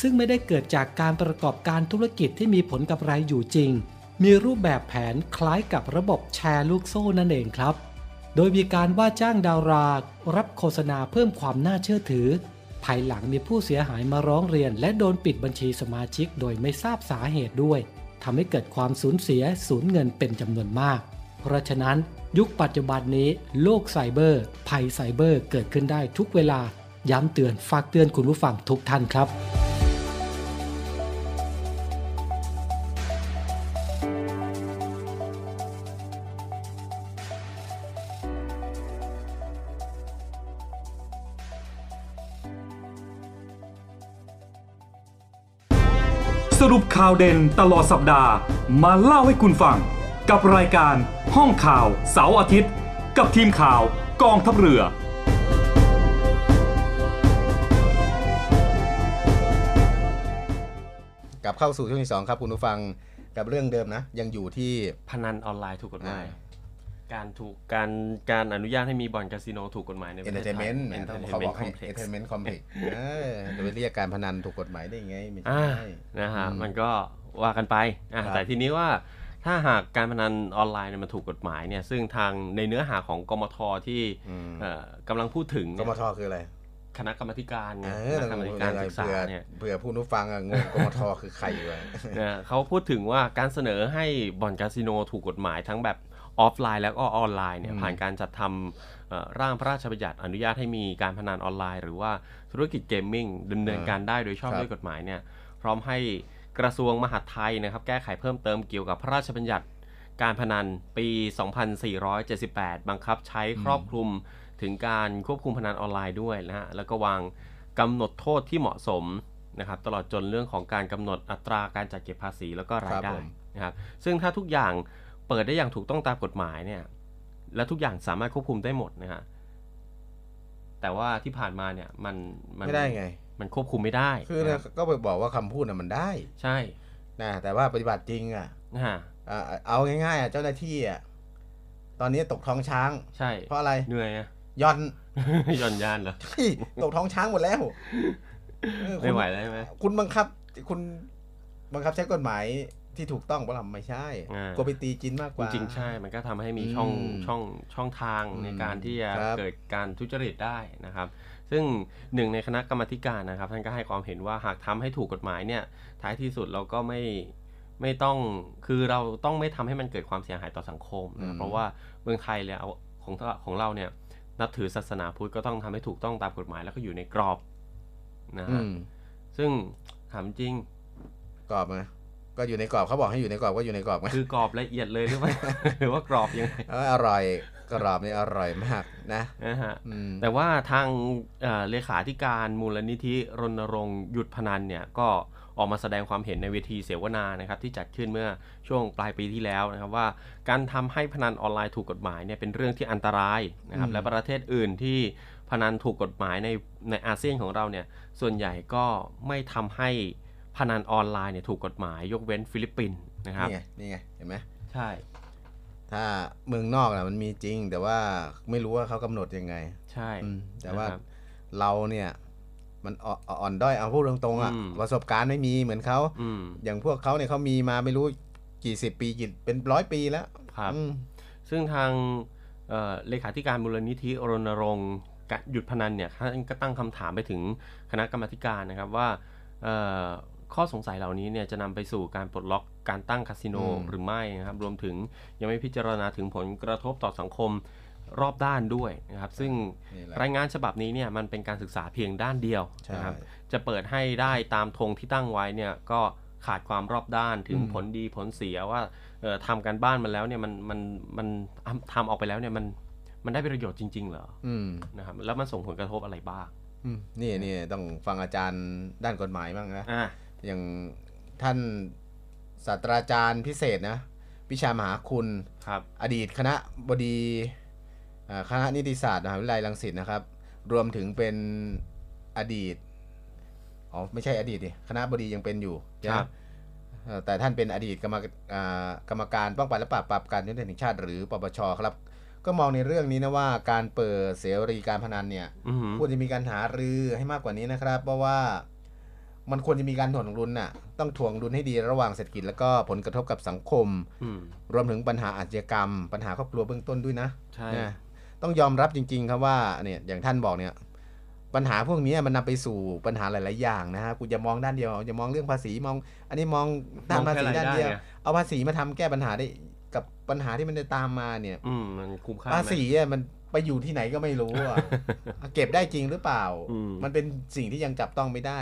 S5: ซึ่งไม่ได้เกิดจากการประกอบการธุรกิจที่มีผลกำไรอยู่จริง มีรูปแบบแผนคล้ายกับระบบแชร์ลูกโซ่นั่นเองครับ โดยมีการว่าจ้างดารา รับโฆษณาเพิ่มความน่าเชื่อถือ ภายหลังมีผู้เสียหายมาร้องเรียน และโดนปิดบัญชีสมาชิกโดยไม่ทราบสาเหตุด้วยทำให้เกิดความสูญเสียสูญเงินเป็นจำนวนมาก เพราะฉะนั้น ยุคปัจจุบันนี้โลกไซเบอร์ ภัยไซเบอร์เกิดขึ้นได้ทุกเวลา ย้ำเตือนฝากเตือนคุณผู้ฟังทุกท่านครับ
S2: สรุปข่าวเด่นตลอดสัปดาห์มาเล่าให้คุณฟัง กับรายการห้องข่าวเสาร์อาทิตย์ กับทีมข่าวกองทัพเรือ
S3: กลับเข้าสู่ช่วงที่สองครับคุณผู้ฟังกับเรื่องเดิมนะ ยังอยู่ที่
S4: พนันออนไลน์ถูกกฎหมา
S3: อ่า
S4: ยการถูกการการอนุญาตให้มีบ่อนคาสิโนถูกกฎหมายในประเทศไทย
S3: entertainment นะต้องเขาบอกให้
S4: Entertainment Complex
S3: entertainment complex เออจะไปเรียกการพนันถูกกฎหมายได้ยังไงไม่
S4: อ่า
S3: ใช่
S4: นะฮะ
S3: อืม
S4: มันก็ว่ากันไปอ่ะ
S3: ครับ
S4: แต่ทีนี้ว่าถ้าหากการพนันออนไลน์เนี่ยมันถูกกฎหมายเนี่ยซึ่งทางในเนื้อหาของกมทที่
S3: อืม
S4: เอ่อกำลังพูดถึง
S3: ก
S4: เนี่ย
S3: มทคืออะไร
S4: คณะกรรมาธิการ
S3: เอ
S4: เนี่ย
S3: อ
S4: คณะกรรมาธิการ
S3: เอ
S4: ศึ
S3: อก
S4: ษา
S3: เผื่อ
S4: เนี่ย
S3: เผื่อผู้นู้ฟังอะ งงกมทคือใครวะ
S4: นะเขาพูดถึงว่าการเสนอให้บ่อนคาสิโนถูกกฎหมายทั้งแบบออฟไลน์แล้วก็ออนไลน์เนี่ย
S3: อืม
S4: ผ่านการจัดทำเอ่อร่างพระราชบัญญัติอนุญาตให้มีการพนันออนไลน์ หรือว่าธุรกิจเกมมิ่งดำเนินการได้โดยชอบด้วยกฎหมายเนี่ย พร้อมให้กระทรวงมหาดไทยนะครับแก้ไขเพิ่มเติมเกี่ยวกับพระราชบัญญัติการพนันปี 2478 บังคับใช้ครอบคลุมถึงการควบคุมพนันออนไลน์ด้วยนะฮะแล้วก็วางกำหนดโทษที่เหมาะสมนะครับตลอดจนเรื่องของการกำหนดอัตราการจัดเก็บภาษีแล้วก็รา
S3: ค
S4: ย
S3: รับ
S4: ได้
S3: ผม
S4: นะครับซึ่งถ้าทุกอย่างเปิดได้อย่างถูกต้องตามกฎหมายเนี่ยและทุกอย่างสามารถควบคุมได้หมดนะฮะแต่ว่าที่ผ่านมาเนี่ยมันน
S3: ไม่ได้ไง
S4: มันควบคุมไม่ได้
S3: คือ
S4: นะรับ
S3: ก็ไปบอกว่าคำพูดน่ะมันได้
S4: ใช่
S3: นะแต่ว่าปฏิบัติจริงอ่ะ
S4: นะฮะ
S3: อ่าเอาง่ายๆอ่ะเจ้าหน้าที่อ่ะตอนนี้ตกท้องช้าง
S4: ใช่
S3: เพราะอะไร
S4: เหนื่อยอะ
S3: ย่อน
S4: หย่อนยานเหรอ
S3: ตกท้องช้างหมดแล้วเออคุณ
S4: ไม่ไหวแล้วใช่ไหม
S3: คุณบังคับ คุณบังคับใช้กฎหมายที่ถูกต้องปะล่ะไม่ใช่
S4: อ่า
S3: กลัวไปตีจินมากก
S4: จ
S3: ว่า
S4: ริงๆใช่มันก็ทำให้มีช่อง
S3: อืม
S4: ช่องช่องทาง
S3: อืม
S4: ในการที่จะ
S3: ครับ
S4: เกิดการทุจริตได้นะครับ ซึ่งหนึ่งในคณะกรรมาธิการนะครับ ท่านก็ให้ความเห็นว่าหากทำให้ถูกกฎหมายเนี่ย ท้ายที่สุดเราก็ไม่ไม่ต้องคือเราต้องไม่ทำให้มันเกิดความเสียหายต่อสังคมนะเพราะว่าเมืองไทยแล้วของของเราเนี่ยนับถือศาสนาพุทธก็ต้องทำให้ถูกต้องตามกฎหมายแล้วก็อยู่ในกรอบนะ
S3: อื
S4: ฮะ
S3: ม
S4: ซึ่งถามจริง
S3: กรอบนะก็อยู่ในกรอบเขาบอกให้อยู่ในกรอบก็อยู่ในกรอบไง
S4: คือกรอบละเอียดเลยหรือไม่ หรือว่ากรอบยังไง
S3: เอออร่อยกรอบนี่อร่อยมากนะ
S4: นะฮะ
S3: อืม
S4: แต่ว่าทางเอ่อเลขาธิการมูลนิธิรณรงค์หยุดพนันเนี่ยก็ออกมาแสดงความเห็นในเวทีเสวนานะครับที่จัดขึ้นเมื่อช่วงปลายปีที่แล้วนะครับว่าการทำให้พนันออนไลน์ถูกกฎหมายเนี่ยเป็นเรื่องที่อันตรายนะครับ
S3: อืม
S4: และประเทศอื่นที่พนันถูกกฎหมายในในอาเซียนของเราเนี่ยส่วนใหญ่ก็ไม่ทำให้พนันออนไลน์เนี่ยถูกกฎหมาย ยกเว้นฟิลิปปินส์นะครับ
S3: นี่ไงนี่ไงเห็นไหม
S4: ใช่
S3: ถ้าเมืองนอกนะมันมีจริง แต่ว่าไม่รู้ว่าเขากำหนดยังไง
S4: ใช่
S3: อืมแต่ว่า
S4: นะครับ
S3: เราเนี่ยมันอ่ออ่อนด้อยเอาพูดตรงๆอ่ะ
S4: อืม
S3: ประสบการณ์ไม่มีเหมือนเขา
S4: อืม
S3: อย่างพวกเขาเนี่ยเขามีมาไม่รู้กี่สิบปีกี่เป็นร้อยปีแล้ว
S4: ครับ
S3: อืม
S4: ซึ่งทางเอ่อเลขาธิการมูลนิธิรณรงค์กะหยุดพนันเนี่ยท่านก็ตั้งคำถามไปถึงคณะกรรมาธิการนะครับว่าเอ่อข้อสงสัยเหล่านี้เนี่ยจะนำไปสู่การปลดล็อกการตั้งคาสิโน
S3: อืม
S4: หรือไม่นะครับรวมถึงยังไม่พิจารณาถึงผลกระทบต่อสังคมรอบด้านด้วยนะครับซึ่ง
S3: นี่แหละ
S4: รายงานฉบับนี้เนี่ยมันเป็นการศึกษาเพียงด้านเดียว
S3: ใช่
S4: นะครับ จะเปิดให้ได้ตามธงที่ตั้งไว้เนี่ยก็ขาดความรอบด้านถึง
S3: อืม
S4: ผลดีผลเสียว่า เอ่อทำการบ้านมาแล้วเนี่ยมันมันมันทำออกไปแล้วเนี่ยมันมันได้ประโยชน์จริง ๆ เหรอ
S3: อืม
S4: นะครับแล้วมันส่งผลกระทบอะไรบ้าง
S3: อืมนี่นี่ต้องฟังอาจารย์ด้านกฎหมายบ้างนะ
S4: อ่า
S3: อย่างท่านศาสตราจารย์พิเศษนะวิชามหาคุณ
S4: ครับ
S3: อดีตคณะบดีเอ่อคณะนิติศาสตร์มหาวิทยาลัยรังสิตนะครับ รวมถึงเป็นอดีตอ๋อไม่ใช่อดีตดิคณะบดียังเป็นอยู่นะครับ เอ่อแต่ท่านเป็นอดีตกรรมอ่ากรรมการป้องกันและปราบปรามการทุจริตแห่งชาติ หรือปปชครับ ก็มองในเรื่องนี้นะว่าการเปิดเสรีการพนันเนี่ย
S4: อือหือ
S3: ควรจะมีการหารือให้มากกว่านี้นะครับ เพราะว่ามันควรจะมีการถ่วงดุลน่ะต้องถ่วงดุลให้ดีระหว่างเศรษฐกิจแล้วก็ผลกระทบกับสังคม
S4: อืม
S3: รวมถึงปัญหาอาชญากรรม ปัญหาครอบครัวเบื้องต้นด้วยนะ
S4: ใช่
S3: นะต้องยอมรับจริง ๆ ครับว่าเนี่ยอย่างท่านบอกเนี่ยปัญหาพวกนี้มันนำไปสู่ปัญหาหลาย ๆ อย่างนะฮะกูจะมองด้านเดียวอย่ามองเรื่องภาษีมอง อันนี้มองด้านภาษีด้านเดียว
S4: มองแค่รายได้อะ
S3: เอาภาษีมาทำแก้ปัญหาได้กับปัญหาที่มันจะตามมาเนี่ย
S4: อืมมันคุ้มค่า
S3: ภา
S4: ไหม
S3: ษีอะมันไปอยู่ที่ไหนก็ไม่รู้ อะ เก็บได้จริงหรือเปล่า
S4: อืม
S3: มันเป็นสิ่งที่ยังจับต้องไม่ได้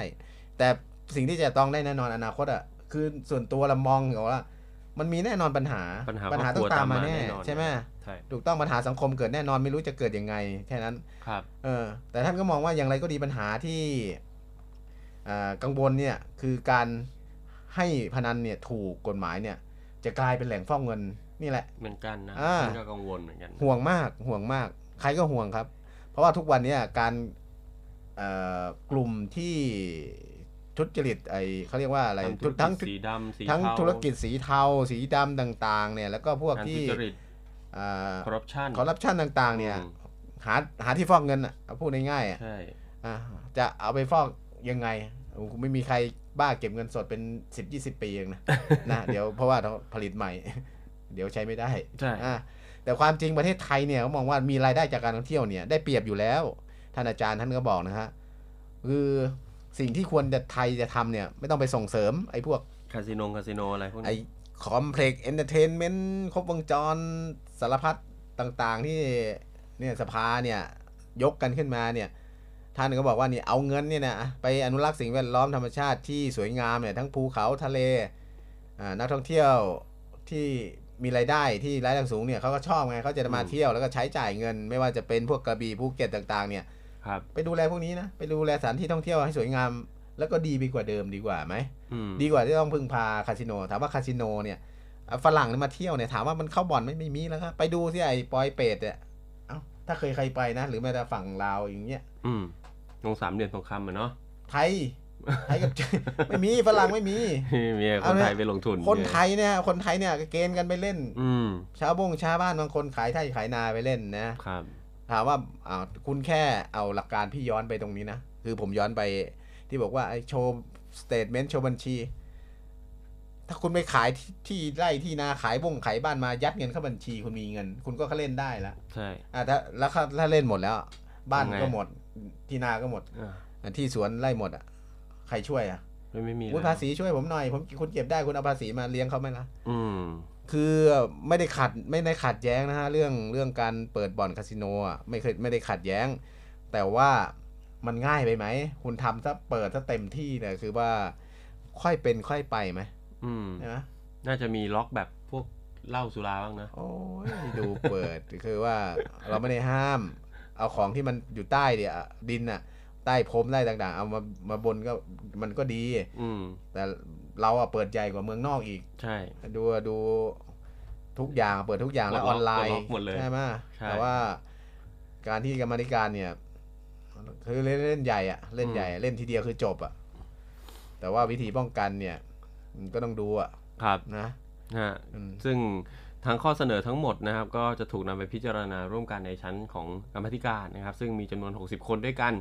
S3: แต่สิ่งที่จะต้องได้แน่นอนอนาคตอ่ะคือส่วนตัวเรามองอยู่ว่า มันมีแน่นอนปัญหา
S4: ปัญหา
S3: ญหา
S4: คร
S3: ต้
S4: อ
S3: อบ
S4: ครัว
S3: งตามมา
S4: ตามมา
S3: แน่
S4: แน่นอน
S3: ใช่ไหม
S4: ใช่
S3: ถูกต้องปัญหาสังคมเกิดแน่นอนไม่รู้จะเกิดยังไงแค่นั้น
S4: ครับ
S3: เออแต่ท่านก็มองว่าอย่างไรก็ดีปัญหาที่อ่ากังวลเนี่ยคือการให้พนันเนี่ยถูกกฎหมายเนี่ย จะกลายเป็นแหล่งฟอกเงินนี่แหละ
S4: เหมือนกันนะ
S3: อ่า
S4: ฉันก็กังวลเหมือนกัน
S3: ห่วงมากห่วงมากใครก็ห่วงครับ เพราะว่าทุกวันเนี้ยการเอ่อกลุ่มที่ทุจริตไอเขาเรียกว่าอะไร
S4: ทั้งธุรกิจ
S3: ทั้ง
S4: สีดำสี
S3: ทั้ง
S4: เทา
S3: ธุรกิจสีเทา สีดำต่างๆเนี่ยแล้วก็พวก
S4: การทุ
S3: ที่
S4: จริตคอร์รัปชัน
S3: คอร์รัปชันต่างๆเนี่ย
S4: อืม
S3: หาหาที่ฟอกเงินอะเอาพูดง่ายๆอะ
S4: ใช่
S3: อ่ะจะเอาไปฟอกยังไงโอ้โหไม่มีใครบ้าเก็บเงินสดเป็น 10-20 ปีเองนะ นะเดี๋ยวเพราะว่าเราผลิตใหม่ เดี๋ยวใช้ไม่ได้
S4: ใช่
S3: อ่ะแต่ความจริงประเทศไทยเนี่ยเขามองว่ามีรายได้จากการท่องเที่ยวเนี่ยได้เปรียบอยู่แล้วท่านอาจารย์ท่านก็บอกนะฮะคือสิ่งที่ควรจะไทยจะทำเนี่ยไม่ต้องไปส่งเสริมไอ้พวก
S4: คาสิโนคาสิโนอะไรพวก
S3: ไอ้
S4: นี้
S3: คอมเพล็กซ์เอนเตอร์เทนเมนต์ครบวงจรสารพัดต่างๆที่เนี่ยสภาเนี่ยยกกันขึ้นมาเนี่ยท่านก็บอกว่านี่เอาเงินเนี่ยนะไปอนุรักษ์สิ่งแวดล้อมธรรมชาติที่สวยงามเนี่ยทั้งภูเขาทะเลอ่านักท่องเที่ยว ที่มีรายได้ที่รายได้สูงเนี่ยเขาก็ชอบไงเขาจะมาเที่ยวแล้วก็ใช้จ่ายเงิน ไม่ว่าจะเป็นพวกกระบี่ภูเก็ตต่างๆ เนี่ย
S4: ครับ
S3: ไปดูแลพวกนี้นะไปดูแลสถานที่ท่องเที่ยวให้สวยงาม แล้วก็ดีไปกว่าเดิมดีกว่าไหม
S4: อืม
S3: ดีกว่าที่ต้องพึ่งพาคาสิโนถามว่าคาสิโนเนี่ยอ่ะฝรั่งเนี่ยมาเที่ยวเนี่ยถามว่ามันเข้าบ่อนไหม่ไม่มีแล้วครับไปดูที่ไอ้ปอยเปตเนี่ยเอ้าถ้าเคยใครไปนะ หรือแม้แต่ฝั่งลาวอย่างเงี้ย
S4: อืมลงสามเหลี่ยมทองคำอะเนาะ
S3: ไทยไทยกับ ไม่มีฝรั่งไม่มี
S4: เมียค
S3: เอา
S4: น
S3: เนี่ย
S4: ไทยไปลงทุน
S3: คนไทยเนี่ยคนไทยเนี่ยเกณฑ์กันไปเล่น
S4: อืม
S3: ชาวบงชาวบ้านบางคนขายไท่ขายนาไปเล่นนะ
S4: ครับ
S3: ถามว่าอ่าคุณแค่เอาหลักการพี่ย้อนไปตรงนี้นะ คือผมย้อนไปที่บอกว่าไอ้โชว์สเตทเมนต์โชว์บัญชี ถ้าคุณไปขายที่ที่ไร่ที่นาขายบงขายบ้านมายัดเงินเข้าบัญชี คุณมีเงิน คุณก็เข้าเล่นได้แล้ว
S4: ใช่
S3: อ่ะถ้าแล้วถ้าถ้าเล่นหมดแล้ว บ้าน
S4: ทำไง
S3: ก็หมด ที่นาก็หมด
S4: อ่า
S3: อ่ะที่สวนไร่หมดอ่ะใครช่วยอ่ะ
S4: ไม่ไม่มี
S3: อุ๊ย
S4: แล้ว
S3: ภาษีช่วยผมหน่อยผมคุณเก็บได้คุณเอาภาษีมาเลี้ยงเขาไหมล่ะ
S4: อืม
S3: คือไม่ได้ขัดไม่ได้ขัดแย้งนะฮะเรื่องเรื่องการเปิดบ่อนคาสิโนอ่ะไม่เคยไม่ได้ขัดแย้ง แต่ว่ามันง่ายไปไหม คุณทำถ้าเปิดถ้าเต็มที่เนี่ยคือว่าค่อยเป็นค่อยไปไหม
S4: อืม
S3: ใช่ไหม
S4: น่าจะมีล็อกแบบพวกเหล้าสุราบ้างนะ
S3: โอ้ยดูเปิด คือว่าเราไม่ได้ห้าม เอาของที่มันอยู่ใต้เดียดินอ่ะใต้พรมใต้ต่าง ๆ เอามามาบนก็มันก็ดี
S4: อืม
S3: แต่เราอะเปิดใหญ่กว่าเมืองนอกอีก
S4: ใช่
S3: ดูดูทุกอย่างเปิดทุกอย่างแล้ว
S4: ป
S3: อ
S4: ลดล็อก
S3: อนไลน์
S4: ปลดล็อกหมดเลย
S3: ใช่ไหม
S4: ใช่
S3: แต่ว่าการที่กรรมาธิการเนี่ย คือเล่นเล่นใหญ่อะเล่นใหญ่
S4: อืม
S3: เล่นทีเดียวคือจบอะแต่ว่าวิธีป้องกันเนี่ยมันก็ต้องดูอะ
S4: ครับ
S3: นะ
S4: ฮะ
S3: อืม
S4: ซึ่งทั้งข้อเสนอทั้งหมดนะครับ ก็จะถูกนำไปพิจารณาร่วมกันในชั้นของกรรมาธิการนะครับ ซึ่งมีจำนวน 60 คนด้วยกัน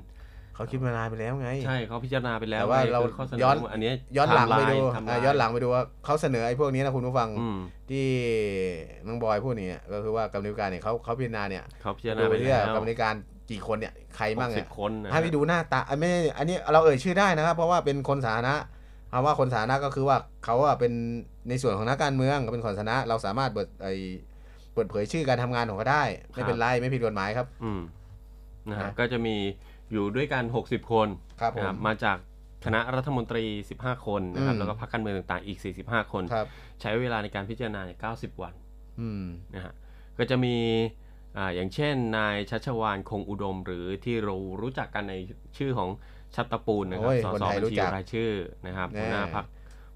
S3: เขาคิดมานานไปแล้วไง
S4: ใช่เขาพิจารณาไปแล้ว
S3: แต่ว่า
S4: ไง
S3: เรา
S4: คือข้อเสนอ
S3: ย้อน
S4: ทั้งหมดอันเนี้ย
S3: ย้อนหลังไปดู
S4: ทำลายทำ
S3: อ่ะ
S4: ลาย
S3: ย้อนหลังไปดูว่าเขาเสนอไอ้พวกนี้นะคุณผู้ฟัง
S4: อืม
S3: ที่น้องบอยพูดเนี่ยก็คือว่ากรรมาธิการเนี่ยเขาเขาพิจารณาเนี่ย
S4: เขาพิจารณา
S3: ดู
S4: ไป
S3: เรื่อ
S4: แล้
S3: ยว กรรมาธิการกี่คนเนี่ยใครบ้าง
S4: หกสิ
S3: เนี่ย
S4: บคนนะ
S3: ให้ไปดูหน้าตาอ่ะไม่อันนี้เราเอ่ยชื่อได้นะครับ เพราะว่าเป็นคนสาธารณะเอาว่าคนสาธารณะก็คือว่าเขาอะเป็นในส่วนของนักการเมืองเขาเป็นคนสาธารณะเราสามารถเปิดไอเปิดเผยชื่อการทำงานของเขาได้ ไม่เป็นไรไม่ผิดกฎหมายครับ
S4: อืมนะฮะ
S3: นะ
S4: ก็จะมีอยู่ด้วยกัน 60 คน
S3: ครับผ
S4: นะครั
S3: ม
S4: บมาจาก คณะรัฐมนตรี 15 คนนะครับ
S3: อืม
S4: แล้วก็พรรคการเมืองต่างๆอีก 45 คน
S3: ครับ
S4: ใช้เวลาในการพิจารณาเนี่ย90 วัน
S3: อืม
S4: นะฮะก็จะมีอ่าอย่างเช่น นายชัชวานคงอุดม หรือที่เรารู้จักกันในชื่อของชัตตปูลนะครับ
S3: โอ้ย
S4: ส
S3: คน
S4: ส
S3: ไทย
S4: บัญ
S3: รู้
S4: ชี
S3: จัก
S4: รายชื่อนะครับ
S3: แน่
S4: หัวหน้าพรรค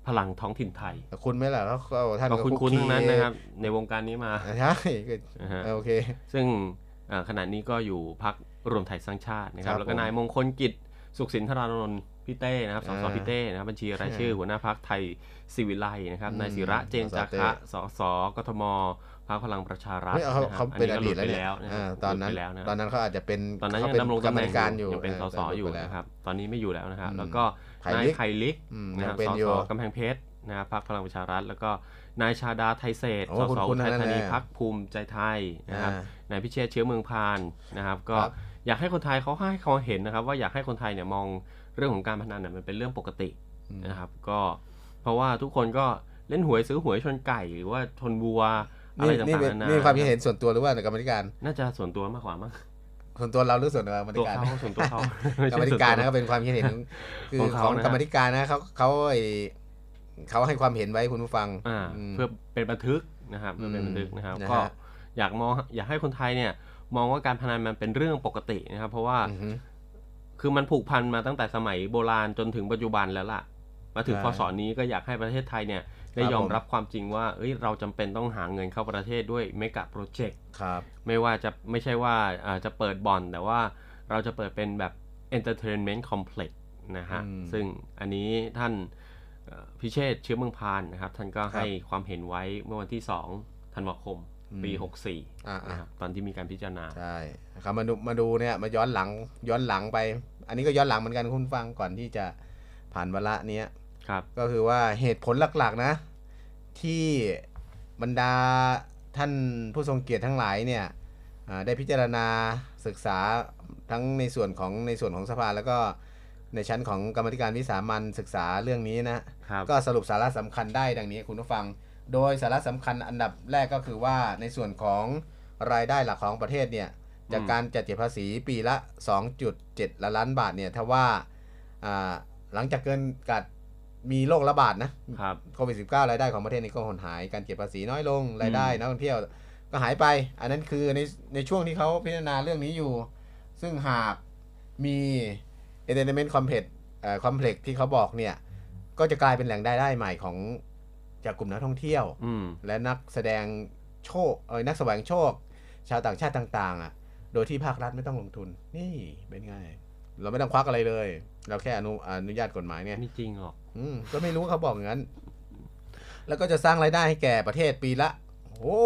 S4: พลังท้องถิ่นไทย
S3: แต่คุณไหมล่ะเขาก็ท่าน
S4: ก็
S3: ก็
S4: คุ้นๆทั้งนั้นนะครับในวงการนี้มา
S3: อ่ะใช่ก็
S4: นะฮะ
S3: เออโอเค
S4: ซึ่งเอ่อขณะนี้ก็อยู่พักรวมไทยสร้างชาตินะครั
S3: ครั
S4: บ
S3: บ
S4: แล้วก็
S3: ผม
S4: นายมงคลกิจ สุขสินธารานนท์พี่เต้นะครับสส
S3: อ่า
S4: พี่เต้นะครับบัญชีรายชื่อ หัวหน้าพักไทยศิวิไลย์นะครับ
S3: อืม
S4: นายศิระเจนจา
S3: สสเต้
S4: คะสสกทมพักพลังประชารัฐ
S3: ไม่เอาเขา
S4: ะค
S3: เขา
S4: รับ
S3: เป็นอดีตแล้ว
S4: ก็ห
S3: เนี่ยอ่า
S4: ไปะครับ
S3: ตอนนั้น
S4: หลุดไปแล้วนะค
S3: ต
S4: รั
S3: อบ นนั้นเขาอาจจะเป็น
S4: ตอนนั้น
S3: เขา
S4: ยัง
S3: เป็
S4: ดำรงตำแหน่ง
S3: กมการอยู่
S4: ยังเป็นส
S3: ออ
S4: สอยู่
S3: ไปแล้ว
S4: นะครับตอนนี้ไม่อยู่แล้วนะครับ
S3: อืม
S4: แล้วก็
S3: ไผ่ลิก
S4: นายไผ่ลิก
S3: อืม
S4: นะครั
S3: ยั
S4: บ
S3: งเป็น
S4: ส
S3: อยู่
S4: สกำแพงเพชรนะครับพักพลังประชารัฐ แล้วก็นายชาดาไทยเศรษฐ์
S3: โอ้
S4: ส
S3: คุณ
S4: ส
S3: คุณ
S4: อุทัย
S3: ทั้งนั้
S4: ธานนี
S3: เลย
S4: พักภูมิใจไทยนะครับ
S3: อ่า
S4: นายพิเชษเชื้อเมืองพานนะครับก็
S3: ครับ
S4: อยากให้คนไทยเขาให้ความเห็นนะครับ ว่าอยากให้คนไทยเนี่ยมองเรื่องของการพนันเนี่ยมันเป็นเรื่องปกติ
S3: อืม
S4: นะครับก็เพราะว่าทุกคนก็เล่นหวยซื้อหวยชนไก่หรือว่าชนวัวอะไร
S3: นี่นี่
S4: ต่างๆ
S3: เป็น
S4: นานา
S3: นี่เป็นความคิดเห็นส่วนตัวหรือว่าในกรรมธิการ
S4: น่าจะส่วนตัวมากกว่ามั้ง
S3: ส่วนตัวเราหรือส่วนกรรมธิ
S4: ตัว
S3: การ
S4: เขาส่วนตัวเขา
S3: กรร
S4: ไใช่
S3: มธิ
S4: ส่วตัว
S3: การนะครับเป็นความคิดเห็นคือ
S4: ของ
S3: ข
S4: เขา
S3: อง
S4: นะ
S3: กรรมธิการนะเขาเขาไอ้เขาให้ความเห็นไว้คุณผู้ฟัง
S4: อ่าม เพื่อเป็นบันทึกนะครับเพื่อเป็นบันทึกนะครับ
S3: นะฮะ
S4: ก็อยากมองอยากให้คนไทยเนี่ยมองว่าการพนันมันเป็นเรื่องปกตินะครับ เพราะว่า
S3: อฮึ
S4: คือมันผูกพันมาตั้งแต่สมัยโบราณจนถึงปัจจุบันแล้วล่ะ มาถึง
S3: ใช่
S4: พศนี้ก็อยากให้ประเทศไทยเนี่ยได้
S3: ครับ
S4: ยอม
S3: ผม
S4: รับความจริงว่าเอ้ยเราจำเป็นต้องหาเงินเข้าประเทศด้วยเมกะโปรเจกต์
S3: ครับ
S4: ไม่ว่าจะไม่ใช่ว่าอ่าจะเปิดบ่อน แต่ว่าเราจะเปิดเป็นแบบ Entertainment Complex นะฮะ
S3: อืม
S4: ซึ่งอันนี้ท่านเอ่อพิเชษฐ์เชื้อเมืองพานนะครับ ท่านก็ให้ความเห็นไว้เมื่อวันที่ 2 ธันวาคม ปี
S3: อืมอ่า
S4: 64
S3: อ่า
S4: นะครับตอนที่มีการพิจารณา
S3: ใช่นะครับมาดูมาดูเนี่ยมาย้อนหลังย้อนหลังไป อันนี้ก็ย้อนหลังเหมือนกันคุณผู้ฟังก่อนที่จะผ่านวาระเนี้ย
S4: ครับ
S3: ก็คือว่าเหตุผลหลักๆนะ ที่บรรดาท่านผู้ทรงเกียรติทั้งหลายเนี่ยอ่าได้พิจารณาศึกษาทั้งในส่วนของในส่วนของสภาแล้วก็ในชั้นของกรรมธิการวิสามันศึกษาเรื่องนี้นะ
S4: ครับ
S3: ก็สรุปสาระสำคัญได้ดังนี้คุณผู้ฟัง โดยสาระสำคัญอันดับแรกก็คือว่าในส่วนของรายได้หลักของประเทศเนี่ยจากการจัดเก็บภาษีปีละ 2.7ล้านบาทเนี่ยถ้าว่าอ่าหลังจากเกินกัดมีโรคระบาดนะครับ โควิด -19 รายได้ของประเทศนี้ก็หดหายการเก็บภาษีน้อยลงรายได้นักท่องเที่ยวก็หายไป อันนั้นคือในในช่วงที่เขาพิจารณาเรื่องนี้อยู่ ซึ่งหากมี entertainment complex เอ่อ complex ที่เขาบอกเนี่ย ก็จะกลายเป็นแหล่งรายได้ใหม่ของจากกลุ่มนักท่องเที่ยว
S4: อืม
S3: และนักแสดงโชคเอ้ยนักแสวงโชค ชาวต่างชาติต่าง ๆ อ่ะ โดยที่ภาครัฐไม่ต้องลงทุน นี่เป็นไง เราไม่ต้องควักอะไรเลย เราแค่อนุอนุญาตกฎหมายเนี่ย
S4: ไม่จริงหรอก
S3: อืมก็ไม่รู้เขาบอกอย่างนั้น แล้วก็จะสร้างรายได้ให้แก่ประเทศปีละ โอ้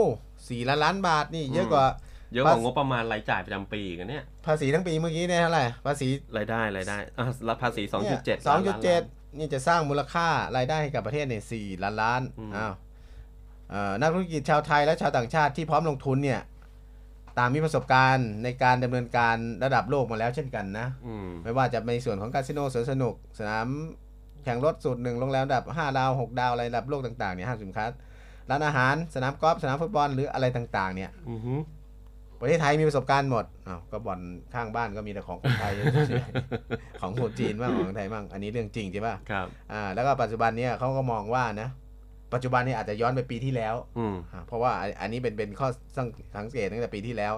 S3: สี่ล้านล้านบาทนี่เยอะกว่า
S4: เยอะกว่างบประมาณรายจ่ายประจำปีอีกันเนี่ย
S3: ภาษีทั้งปีเมื่อกี้เนี่ยเท่าไหร่ภาษี
S4: รายได้รายได้อ่ะรับภาษี 2.7
S3: สอง
S4: ล้าน
S3: จุด
S4: ล้าน
S3: เจ็ดนี่จะสร้างมูลค่ารายได้ให้กับประเทศเนี่ยสี่ล้านล้านอ้าวเอ่อนักธุรกิจชาวไทยและชาวต่างชาติที่พร้อมลงทุนเนี่ยต่างมีประสบการณ์ในการดำเนินการระดับโลกมาแล้วเช่นกันนะ
S4: อืม
S3: ไม่ว่าจะในส่วนของคาสิโนสวนสนุก สนามแข่งรถสูตรหนึ่งโรงแรมระดับ 5 ดาว 6 ดาว อะไรระดับโลกต่างๆเนี่ยห้างสินค้าร้านอาหารสนามกอล์ฟสนามฟุตบอลหรืออะไรต่างๆเนี่ย
S4: อือหือ
S3: ประเทศไทยมีประสบการณ์หมดอ้าวก็บ่อนข้างบ้านก็มีแต่ของคนไทย ของคนจีนบ้างของคนไทยบ้าง อันนี้เรื่องจริงใช่ป่ะ
S4: ครับ
S3: อ่า แล้วก็ปัจจุบันเนี่ยเขาก็มองว่านะ ปัจจุบันเนี่ยอาจจะย้อนไปปีที่แล้ว
S4: อืม
S3: อ่าเพราะว่าอันอันนี้เป็นเป็นข้อสังเกตตั้งแต่ปีที่แล้ว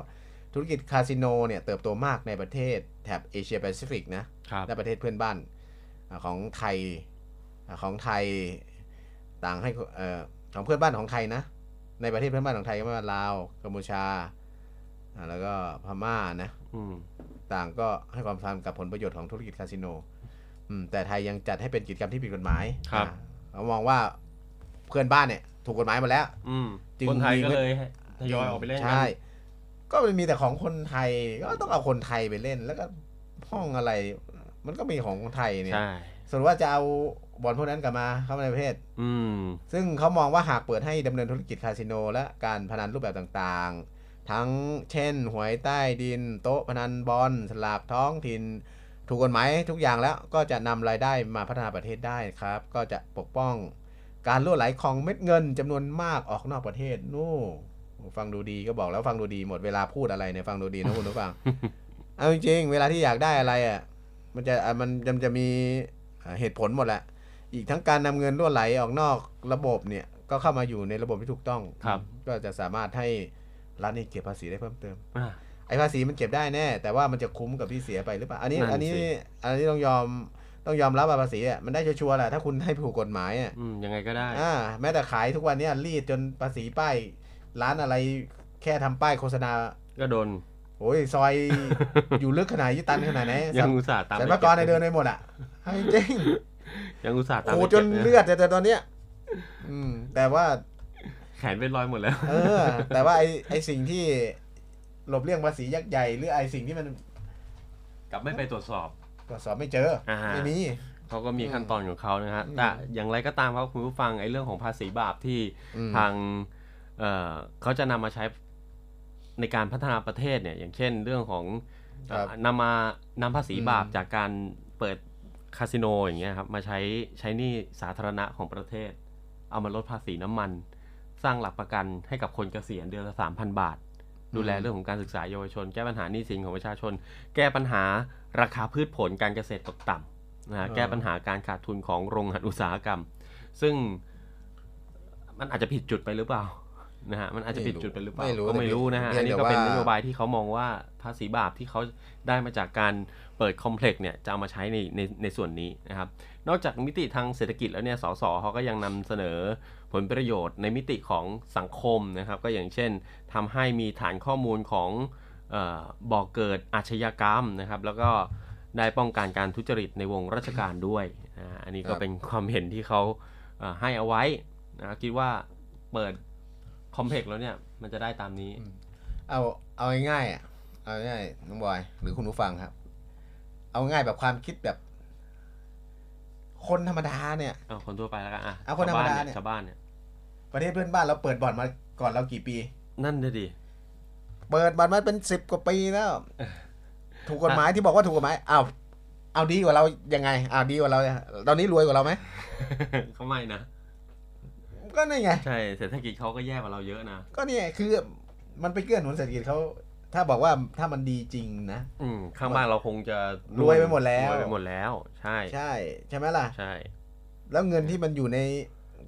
S3: ธุรกิจคาสิโนเนี่ยเติบโตมากในประเทศแถบเอเชียแปซิฟิกนะ
S4: ครับ
S3: และประเทศเพื่อนบ้านอ่าของไทยอ่าของไทยต่างให้เอ่อของเพื่อนบ้านของไทยนะ ในประเทศเพื่อนบ้านของไทยก็ไม่ว่าลาวกัมพูชาอ่าแล้วก็พม่านะ
S4: อืม
S3: ต่างก็ให้ความสำคัญกับผลประโยชน์ของธุรกิจคาสิโนอืมแต่ไทยยังจัดให้เป็นกิจกรรมที่ผิดกฎหมาย
S4: ครับ
S3: อ่าเรามองว่าเพื่อนบ้านเนี่ย ถูกกฎหมายหมาแล้ว
S4: อืม
S3: จึง
S4: คนไทย
S3: มี
S4: ก็เลยทยอยออกไปเล่นกัน
S3: ใช่ ก็มันมีแต่ของคนไทย ก็ต้องเอาคนไทยไปเล่น แล้วก็ห้องอะไร มันก็มีของคนไทยเนี่ย
S4: ใช่
S3: ส่วนว่าจะเอาบอลพวกนั้นกลับมาเข้ามาในประเทศ
S4: อืม
S3: ซึ่งเขามองว่าหากเปิดให้ดำเนินธุรกิจคาสิโน และการพนันรูปแบบต่างๆ ทั้งเช่น หวยใต้ดิน โต๊ะพนันบอลสลากท้องถิ่น ถูกกฎหมายทุกอย่างแล้วก็จะนำรายได้มาพัฒนาประเทศได้ครับ ก็จะปกป้องการล่วไหลของเม็ดเงินจำนวนมากออกนอกประเทศนู่นฟังดูดีก็บอกแล้วฟังดูดีหมดเวลาพูดอะไรเนี่ยฟังดูดีนะคุณ ผู้ฟัง เอาจริงๆเวลาที่อยากได้อะไรอ่ะมันจะอ่ะมันจะมันจะมี อ่าเหตุผลหมดแหละ อีกทั้งการนำเงินรั่วไหลออกนอกระบบเนี่ยก็เข้ามาอยู่ในระบบที่ถูกต้อง
S4: ครับ
S3: ก็จะสามารถให้รัฐนี่เก็บภาษีได้เพิ่มเติม
S4: อ่า
S3: ไอ้ภาษีมันเก็บได้แน่ แต่ว่ามันจะคุ้มกับที่เสียไปหรือเปล่าอันนี้
S4: นั่นสิ
S3: อันนี้อันนี้ต้องยอมต้องยอมรับว่าภาษีอ่ะมันได้ชัวร์ๆแหละถ้าคุณให้ผูกกฎหมายอ่ะ
S4: อืมยังไงก็ได้
S3: อ่าแม้แต่ขายทุกวันเนี้รีดจนภาษีป้ายร้านอะไรแค่ทำป้ายโฆษณา
S4: ก็โดน
S3: โอ้ยซ อย อยู่ลึกขนาดยี่ตันขนาดไหน
S4: ยังอุตส่าห์ตาม
S3: สรร
S4: ไป
S3: พากรใน
S4: ก็บ
S3: เดินในหมดอ่ะให้จริง
S4: ยังอุตส่าห์ตาม
S3: ขู
S4: ไป
S3: ดจน
S4: ก็บะ
S3: เลือดแต่ตอนเนี้ยอืมแต่ว่า
S4: แขนเป็นรอยหมดแล้ว
S3: เออ แต่ว่าไอไอสิ่งที่หลบเลี่ยงภาษียักษ์ใหญ่หรือไอสิ่งที่มัน
S4: กลับไม่ไปตรวจสอบ
S3: ตรวจสอบไม่เจออา ไม่มี
S4: เขาก็มีขั้นตอนของเขานะฮะ
S3: อืม
S4: แต่อย่างไรก็ตามครับคุณผู้ฟังไอ้เรื่องของภาษีบาปที่
S3: อืม
S4: ทางเอ่อเขาจะนำมาใช้ในการพัฒนาประเทศเนี่ย อย่างเช่นเรื่องของเอ่อ
S3: ครับ
S4: นำมานำภาษีบาป
S3: อืม
S4: จากการเปิดคาสิโนอย่างเงี้ยครับมาใช้ใช้หนี่สาธารณะของประเทศ เอามาลดภาษีน้ำมัน สร้างหลักประกันให้กับคนเกษียณเดือนละสามพันบาท ดูแลเรื่องของการศึกษาเยาวชน แก้ปัญหาหนี้สินของประชาชน แก้ปัญหาราคาพืชผลการเกษตรตกต่ำนะฮะ
S3: อ่า
S4: แก้ปัญหาการขาดทุนของโรงงานอุตสาหกรรม ซึ่งมันอาจจะผิดจุดไปหรือเปล่า นะฮะมันอาจจะผิดจุดไปหรือเปล่า
S3: ไม่รู้
S4: ก็ไม่รู้นะฮะ
S3: แต่
S4: อัน
S3: เพียง
S4: นี้
S3: แต่ว่า
S4: ก็เป็นนโยบายที่เขามองว่าภาษีบาปที่เขาได้มาจากการเปิดคอมเพล็กซ์เนี่ยจะเอามาใช้ในในในส่วนนี้นะครับ นอกจากมิติทางเศรษฐกิจแล้วเนี่ย สสเขาก็ยังนำเสนอผลประโยชน์ในมิติของสังคมนะครับ ก็อย่างเช่นทำให้มีฐานข้อมูลของเออบ่อเกิดอาชญากรรมนะครับ แล้วก็ได้ป้องกันการทุจริตในวงราชการด้วยนะฮะอันนี้
S3: ค
S4: ก็
S3: รับ
S4: เป็นความเห็นที่เขาเอ่อให้เอาไว้นะคิดว่าเปิดคอมเพล็กซ์แล้วเนี่ย มันจะได้ตามนี้
S3: เอาเอาง่ายๆอ่ะเอาง่ายๆน้องบอย หรือคุณผู้ฟังครับ เอาง่ายแบบความคิดแบบ คนธรรมดาเนี่ย
S4: เอาคนทั่วไปแล้วกันอ่ะ
S3: เอาคนธรรมดาเนี่ย
S4: ชาวบ้านเนี่ย
S3: ประเทศเพื่อนบ้านเราเปิดบ่อนมาก่อนเรากี่ปี
S4: นั่นเลยดิ
S3: เปิดบ่อนมาเป็นสิบกว่าปีแล้ว ถูกกฎหมายที่บอกว่าถูกกฎหมายเอาวเอาดีกว่าเรายังไงเอาวดีกว่าเราตอนนี้รวยกว่าเราไหม
S4: เขาไม่นะ
S3: ก็นี่ไง
S4: ใช่ เศรษฐกิจเขาก็แย่กว่าเราเยอะนะ
S3: ก็เนี่ยคือมันไปเกื้อหนุนเศรษฐกิจเขาถ้าบอกว่าถ้ามันดีจริงนะ
S4: อืมข้างบ้านเราคงจะ
S3: รวยไปหมดแล้ว
S4: รวยไปหมดแล้ว ใช่
S3: ใช่ ใช่ไหมล่ะ
S4: ใช่
S3: แล้วเงินที่มันอยู่ใน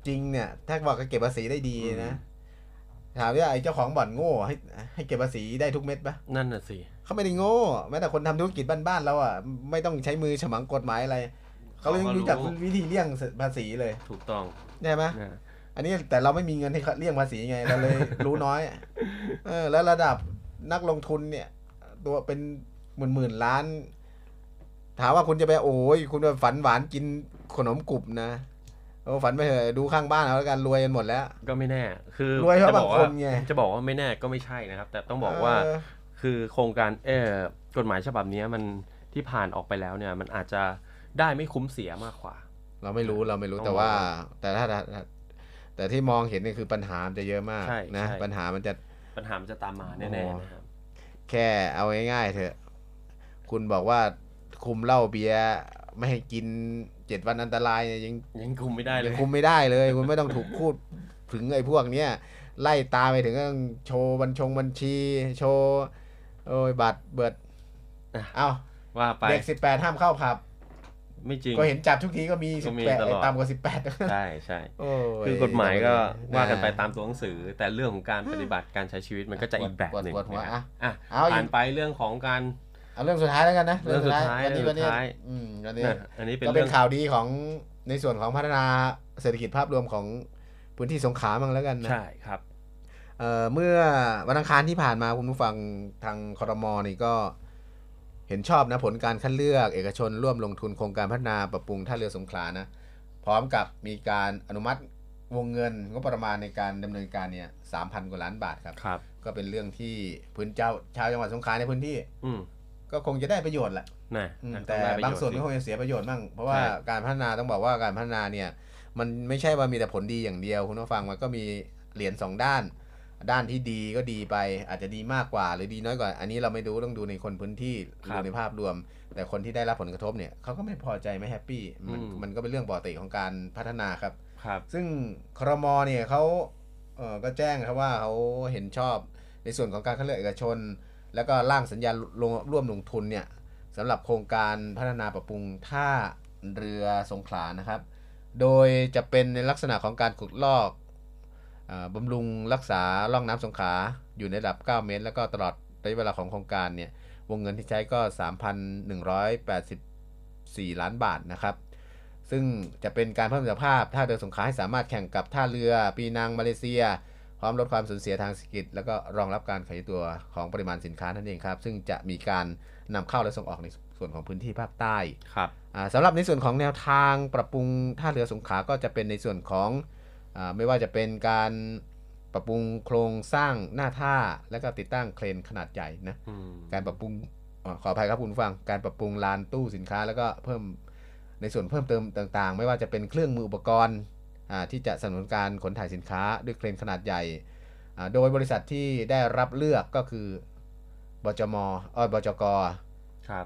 S3: จริงเนี่ย ถ้าบอกก็เก็บภาษีได้ดีนะ ถามว่าไอ้เจ้าของบ่อนโง่ให้ให้เก็บภาษีได้ทุกเม็ดปะ
S4: นั่นน่ะสิ
S3: เขาไม่ได้โง่แม้แต่คนทำธุรกิจบ้านๆเราอ่ะไม่ต้องใช้มือฉมังกฎหมายอะไรเขาเลยรู้จักวิธีเลี่ยงภาษีเลย
S4: ถูกต้อง
S3: ใช่ไหม
S4: นะ
S3: อันนี้แต่เราไม่มีเงินให้เขาเลี่ยงภาษีไงเราเลย รู้น้อย อะเออ แล้วระดับนักลงทุนเนี่ย ตัวเป็นหมื่นๆล้าน ถามว่าคุณจะไปโอ้ยคุณไปฝันหวานกินขนมกรุบนะโอ้ฝันไปเถอะดูข้างบ้านเอาแล้วกันรวยกันหมดแล้ว
S4: ก็ไม่แน่ คือ
S3: รวยเพราะ
S4: จะบอก
S3: บาง
S4: ว่า
S3: คนไง
S4: จะบอกว่าไม่แน่ก็ไม่ใช่นะครับ แต่ต้องบอกว่า
S3: เออ
S4: คือโครงการเออกฎหมายฉบับเนี้ยมันที่ผ่านออกไปแล้วเนี่ย มันอาจจะได้ไม่คุ้มเสียมากกว่า
S3: เราไม่รู้เราไม่รู้
S4: ต้อง
S3: แต่ว่า แต่ถ้าถ้าถ้าแต่ที่มองเห็นเนี่ยคือปัญหามันจะเยอะมาก
S4: ใช่
S3: นะ
S4: ใช่
S3: ปัญหามันจะ
S4: ปัญหามันจะตามมาแน่ๆนะครับ
S3: แค่เอาง่ายๆเถอะ คุณบอกว่าคุมเหล้าเบียร์ไม่ให้กินเจ็ดวันอันตรายเนี่ยยัง
S4: ยังคุมไม่ได้เล
S3: ยัง
S4: ย
S3: คุมไม่ได้เลย คุณไม่ต้องถูกพูดถึงไอ้พวกเนี้ยไล่ตามไปถึงเรื่องโชว์บัญชงบัญชี โชว์โอ้ยบัตรเบิด
S4: อ่ะ
S3: เอา
S4: ว่าไป
S3: เด็กสิบแปดห้ามเข้าผับ
S4: ไม่จริง
S3: ก็เห็นจับทุกทีก็มี
S4: ก็
S3: สิบ
S4: มี
S3: แปด
S4: ตลอด
S3: ต่ำกว่าสิบแปด
S4: ใช่ใช่ คือกฎหมายก็ว่ากันไปตามตัวหนังสือ แต่เรื่องของการปฏิบัติการใช้ชีวิตมันก็จะอีกแบบหนึ่ง
S3: ปวดหัว
S4: นะ
S3: อ่ะ
S4: ฮะอ่ะ
S3: เอาอีก
S4: อ่านไปเรื่องของการ
S3: เอาเรื่องสุดท้ายแล้วกันนะ
S4: เรื่องสุดท้าย
S3: วันนี้วั
S4: เรื่อน งสุ
S3: นี้
S4: ดท้าย
S3: อืมวันนี้
S4: นะอันนี้เป็น
S3: ก็เป็
S4: เรื่
S3: น
S4: อง
S3: ข่าวดีของในส่วนของพัฒนาเศรษฐกิจภาพรวมของพื้นที่สงขลาบ้างแล้วกันนะ
S4: ใช่ครับ
S3: เอ่อเมื่อวันอังคารที่ผ่านมาคุณผู้ฟังทางครมนี่ก็เห็นชอบนะผลการคัดเลือกเอกชนร่วมลงทุนโครงการพัฒนาปรับปรุงท่าเรือสงขลานะพร้อมกับมีการอนุมัติวงเงินงบประมาณในการดำเนินการเนี่ยสามพันกว่าล้านบาทครับ
S4: ครับ
S3: ก็เป็นเรื่องที่พื้นเจ้าชาวจังหวัดสงขลาในพื้นที่
S4: อืม
S3: ก็คงจะได้ประโยชน์แหละ
S4: นะ
S3: อืม
S4: นะ
S3: แต่
S4: ได้ประโยช
S3: บางส่วน
S4: สิ
S3: ก็คงจะเสียประโยชน์บ้างเพราะว่า
S4: ใช่
S3: การพัฒนาต้องบอกว่าการพัฒนาเนี่ยมันไม่ใช่ว่ามีแต่ผลดีอย่างเดียว คุณผู้ฟังมันก็มีเหรียญสองด้าน ด้านที่ดีก็ดีไป อาจจะดีมากกว่าหรือดีน้อยกว่า อันนี้เราไม่รู้ต้องดูในคนพื้นที่ดูในภาพรวม แต่คนที่ได้รับผลกระทบเนี่ยเขาก็ไม่พอใจไม่แฮปปี้มันมันก็เป็นเรื่องปกติของการพัฒนาครับ
S4: ครับ
S3: ซึ่งครมเนี่ยเขาเอ่อก็แจ้งครับว่าเขาเห็นชอบในส่วนของการคัดเลือกเอกชน แล้วก็ร่างสัญญาลงร่วมลงทุนเนี่ยสำหรับโครงการพัฒนาปรับปรุงท่า เรือสงขลานะครับ โดยจะเป็นในลักษณะของการขุดลอกเอ่อบำรุงรักษาล่องน้ำสงขลาอยู่ในระดับ 9 เมตร แล้วก็ตลอดระยะเวลาของโครงการเนี่ย วงเงินที่ใช้ก็ 3,184 ล้านบาทนะครับ ซึ่งจะเป็นการเพิ่มศักยภาพท่าเรือสงขลาให้สามารถแข่งกับท่าเรือปีนังมาเลเซีย พร้อมลดความสูญเสียทางเศรษฐกิจ แล้วก็รองรับการขยายตัวของปริมาณสินค้านั่นเองครับ ซึ่งจะมีการนำเข้าและส่งออกในส่วนของพื้นที่ภาคใต้
S4: ครับ
S3: อ่าสำหรับในส่วนของแนวทางปรับปรุงท่าเรือสงขลาก็จะเป็นในส่วนของอาไม่ว่าจะเป็นการปรับปรุงโครงสร้างหน้าท่า และก็ติดตั้งเครนขนาดใหญ่นะ
S4: อืม
S3: การปรับปรุงอ่าขออภัยครับคุณผู้ฟัง การปรับปรุงลานตู้สินค้า แล้วก็เพิ่มในส่วนเพิ่มเติมต่างๆ ไม่ว่าจะเป็นเครื่องมืออุปกรณ์อ่าที่จะสนับสนุนการขนถ่ายสินค้าด้วยเครนขนาดใหญ่อ่าโดยบริษัทที่ได้รับเลือกก็คือบจมเออบจก
S4: ครับ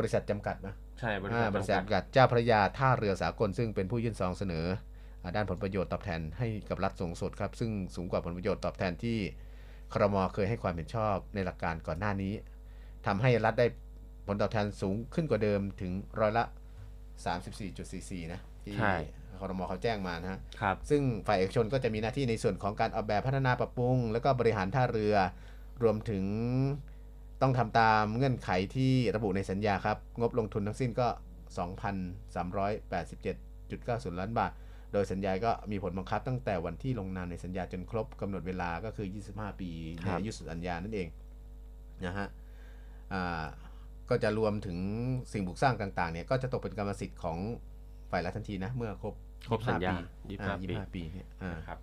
S3: บริษัทจำกัดนะ
S4: ใช่บริษั
S3: อ่า
S4: ท
S3: บริษัท
S4: จำกัด
S3: กับเจ้าพระยาท่าเรือสากลซึ่งเป็นผู้ยื่นซองเสนออ่าด้านผลประโยชน์ตอบแทนให้กับรัฐสูงสุดครับ ซึ่งสูงกว่าผลประโยชน์ตอบแทนที่ครมเคยให้ความเห็นชอบในหลักการก่อนหน้านี้ทำให้รัฐได้ผลตอบแทนสูงขึ้นกว่าเดิมถึงร้อยละ 34.44 นะที่ครมเขาแจ้งมานะฮะ
S4: ครับ
S3: ซึ่งฝ่ายเอกชนก็จะมีหน้าที่ในส่วนของการออกแบบพัฒนาปรับปรุง แล้วก็บริหารท่าเรือ รวมถึงต้องทำตามเงื่อนไขที่ระบุในสัญญาครับ งบลงทุนทั้งสิ้นก็ 2,387.90 ล้านบาท โดยสัญญาก็มีผลบังคับตั้งแต่วันที่ลงนามในสัญญาจนครบกำหนดเวลาก็คือ 25 ปีใน
S4: ครับ
S3: อายุสัญญานั่นเองนะฮะอ่าก็จะรวมถึงสิ่งปลูกสร้างต่างๆเนี่ยก็จะตกเป็นกรรมสิทธิ์ของฝ่ายรัฐทันทีนะเมื่อครบ
S4: ครบสัญญา
S3: 25ปี
S4: ยี่สิบห้า
S3: อ่า25
S4: ปี
S3: ปีเนี่ยอ่า
S4: นะครับ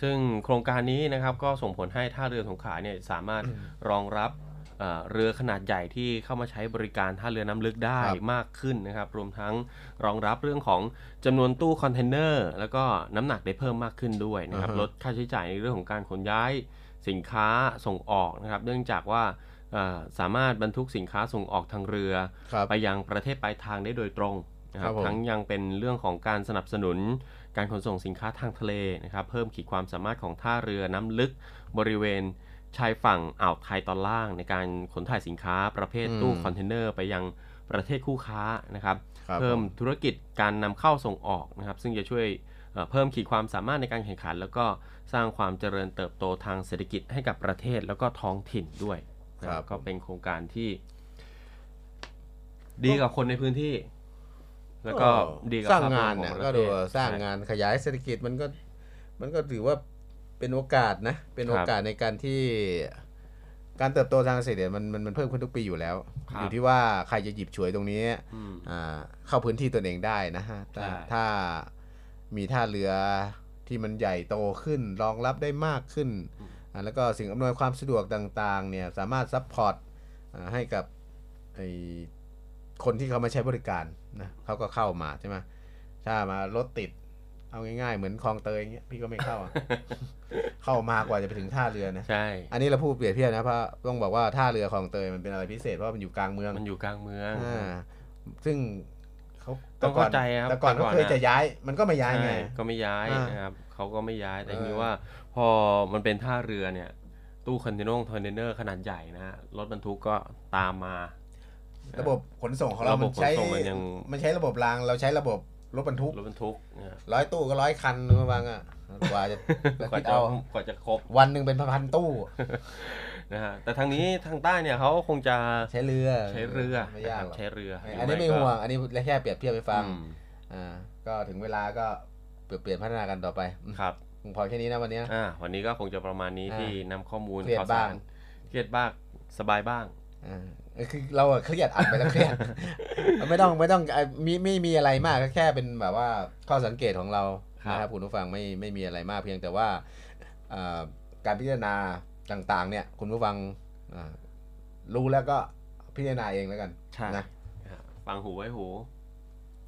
S4: ซึ่งโครงการนี้นะครับก็ส่งผลให้ท่าเรือสงขลาเนี่ยสามารถรองรับเอ่อเรือขนาดใหญ่ที่เข้ามาใช้บริการท่าเรือน้ำลึกได้
S3: ครับ
S4: มากขึ้นนะครับ รวมทั้งรองรับเรื่องของจำนวนตู้คอนเทนเนอร์แล้วก็น้ำหนักได้เพิ่มมากขึ้นด้วยนะครับ
S3: อ่าฮะ
S4: ลดค่าใช้จ่ายในเรื่องของการขนย้ายสินค้าส่งออกนะครับ เนื่องจากว่าเอ่อสามารถบรรทุกสินค้าส่งออกทางเรือ
S3: ครับ
S4: ไปยังประเทศปลายทางได้โดยตรงนะค
S3: ครั
S4: รั
S3: บบ ผม
S4: ทั้งยังเป็นเรื่องของการสนับสนุน การขนส่งสินค้าทางทะเลนะครับ เพิ่มขีดความสามารถของท่าเรือน้ำลึก บริเวณชายฝั่งอ่าวไทยตอนล่าง ในการขนถ่ายสินค้าประเภทตู้คอนเทนเนอร์ไปยังประเทศคู่ค้านะครับ
S3: ครับ
S4: เพิ่ม
S3: ผ
S4: ธุรกิจการนำเข้าส่งออกนะครับ ซึ่งจะช่วยเอ่อเพิ่มขีดความสามารถในการแข่งขัน แล้วก็สร้างความเจริญเติบโตทางเศรษฐกิจให้กับประเทศแล้วก็ท้องถิ่นด้วยนะครับ ก็เป็นโครงการที่ ดีกับคนในพื้นที่ แล้วก็ดีกับ
S3: สร้าง
S4: ภพวม
S3: งาน
S4: ขอ
S3: เนี่ย
S4: ประ
S3: ก็
S4: เท
S3: ดู
S4: ศ
S3: สร้าง
S4: ใช่
S3: งานขยายเศรษฐกิจมันก็มันก็ถือว่าเป็นโอกาสนะ เป็นโอกาสในการที่การเติบโตทางเศรษฐกิจมันมันมันเพิ่มขึ้นทุกปีอยู่แล้ว
S4: ครับ
S3: อยู่ที่ว่าใครจะหยิบฉวยตรงนี้
S4: อืม
S3: อ่าเข้าพื้นที่ตนเองได้นะฮะถ้า
S4: ใช่
S3: ถ้ามีท่าเรือที่มันใหญ่โตขึ้น รองรับได้มากขึ้นอ่าแล้วก็สิ่งอำนวยความสะดวกต่างๆเนี่ยสามารถซัพพอร์ต อ่าให้กับไอคนที่เขามาใช้บริการนะเขาก็เข้ามาใช่ไหมถ้ามารถติด เอาง่ายๆ เหมือนคลองเตยอย่างเงี้ยพี่ก็ไม่เข้าอะ เข้ามากว่าจะไปถึงท่าเรือนะ
S4: ใช่
S3: อันนี้เราพูดเปรียบเทียบนะเพราะต้องบอกว่าท่าเรือคลองเตยมันเป็นอะไรพิเศษเพราะมันอยู่กลางเมือง
S4: มันอยู่กลางเมือง
S3: อ่าซึ่งเขา
S4: ต้องเข้าใจครับ
S3: แต่ก่อน
S4: แต่
S3: ก็
S4: ก่อน
S3: เคย
S4: อะ
S3: จะย้ายมันก็ไม่ย้ายไง
S4: ใช่ก็ไม่ย้าย
S3: อ่าน
S4: นะครับเขาก็ไม่ย้ายแต่
S3: เออ
S4: นี้ว่า พอมันเป็นท่าเรือเนี่ย ตู้คอนเทนเนอร์คอนเทนเนอร์ขนาดใหญ่นะฮะรถบรรทุกก็ตามมา
S3: ระบบขนส่งของเรา
S4: ระบบ
S3: มันใช้
S4: ขนส่งมันยัง
S3: มันใช้ระบบรางเราใช้ระบบรถบรรทุก
S4: รถบรรทุกนะ
S3: ร้อยตู้ก็ร้อยคันระวังอ่ะก ว่าจะแล้ว
S4: กว่า
S3: คิด
S4: จะ
S3: เอา
S4: กว่าจะครบ
S3: วันหนึ่งเป็นพันๆตู้
S4: นะฮะแต่ทางนี้ ทางใต้เนี่ยเขาคงจะ
S3: ใช้เรือ
S4: ใช้เรือ
S3: ไม่ยากหรอก
S4: ใช้เรือ
S3: อันนี้ไม่ห่วงอันนี้แค่เปรียบเทียบไปฟัง
S4: อืม
S3: อ่าก็ถึงเวลาก็เปลี่ยนเปลี่ยนพัฒนากันต่อไป
S4: ครับ
S3: คงพอแค่นี้นะวันนี้นะ
S4: อ่าวันนี้ก็คงจะประมาณนี้
S3: อ่า
S4: ที่นำข้อมูล
S3: เครียด
S4: ข่าวสา
S3: บ้าง
S4: รเครียดบ้างสบายบ้าง
S3: อ่าคือเราอะเครียดอัดไปแล้วเครี ยด ไม่ต้องไม่ต้องอ่ะมีไม่มีอะไรมากก็แค่เป็นแบบว่าข้อสังเกตของเรา
S4: ครับ
S3: นะครับคุณผู้ฟังไม่ไม่มีอะไรมากเพียงแต่ว่าอ่าการพิจารณาต่างๆ เนี่ย คุณผู้ฟังอ่ารู้แล้วก็พิจารณาเองแล้วกัน
S4: ใช่
S3: นะ
S4: นะฮะฟังหูไว้หู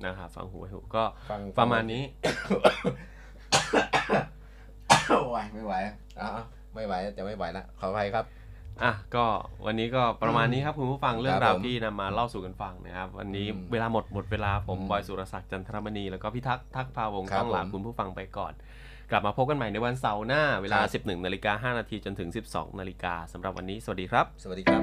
S4: นะครับฟังหูไว้หูก็
S3: ฟัง
S4: ประมาณนี้
S3: โอ้ยไม่ไหวอ่ะไม่ไหวจะไม่ไหวละขออภัยครับ
S4: อ่ะก็วันนี้ก็ประมาณนี้ครับคุณผู้ฟังเรื่อง
S3: ครับ
S4: ราว
S3: ผม
S4: ที่นำมาเล่าสู่กันฟังนะครับ วันนี้
S3: อืม
S4: เวลาหมดหมดเวลาผม
S3: อืม
S4: บอยสุรศักดิ์จันทรมณีแล้วก็พี่ทักษ์ทักษ์พาวงศ์
S3: ครับ
S4: ต้องลา
S3: ผม
S4: คุณผู้ฟังไปก่อน กลับมาพบกันใหม่ในวันเสาร์หน้าเวลา
S3: ครับ
S4: 11นาฬิกาห้านาทีจนถึง 12นาฬิกาสำหรับวันนี้สวัสดีครับ
S3: สวัสดีครับ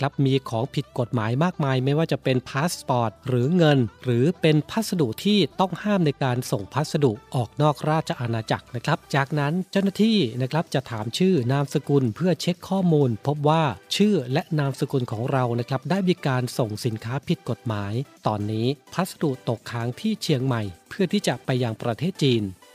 S5: ครับมีของผิดกฎหมายมากมาย ไม่ว่าจะเป็นพาสปอร์ตหรือเงิน หรือเป็นพัสดุที่ต้องห้ามในการส่งพัสดุออกนอกราชอาณาจักรนะครับ จากนั้นเจ้าหน้าที่นะครับจะถามชื่อนามสกุลเพื่อเช็คข้อมูล พบว่าชื่อและนามสกุลของเรานะครับได้มีการส่งสินค้าผิดกฎหมาย ตอนนี้พัสดุตกค้างที่เชียงใหม่ เพื่อที่จะไปยังประเทศจีน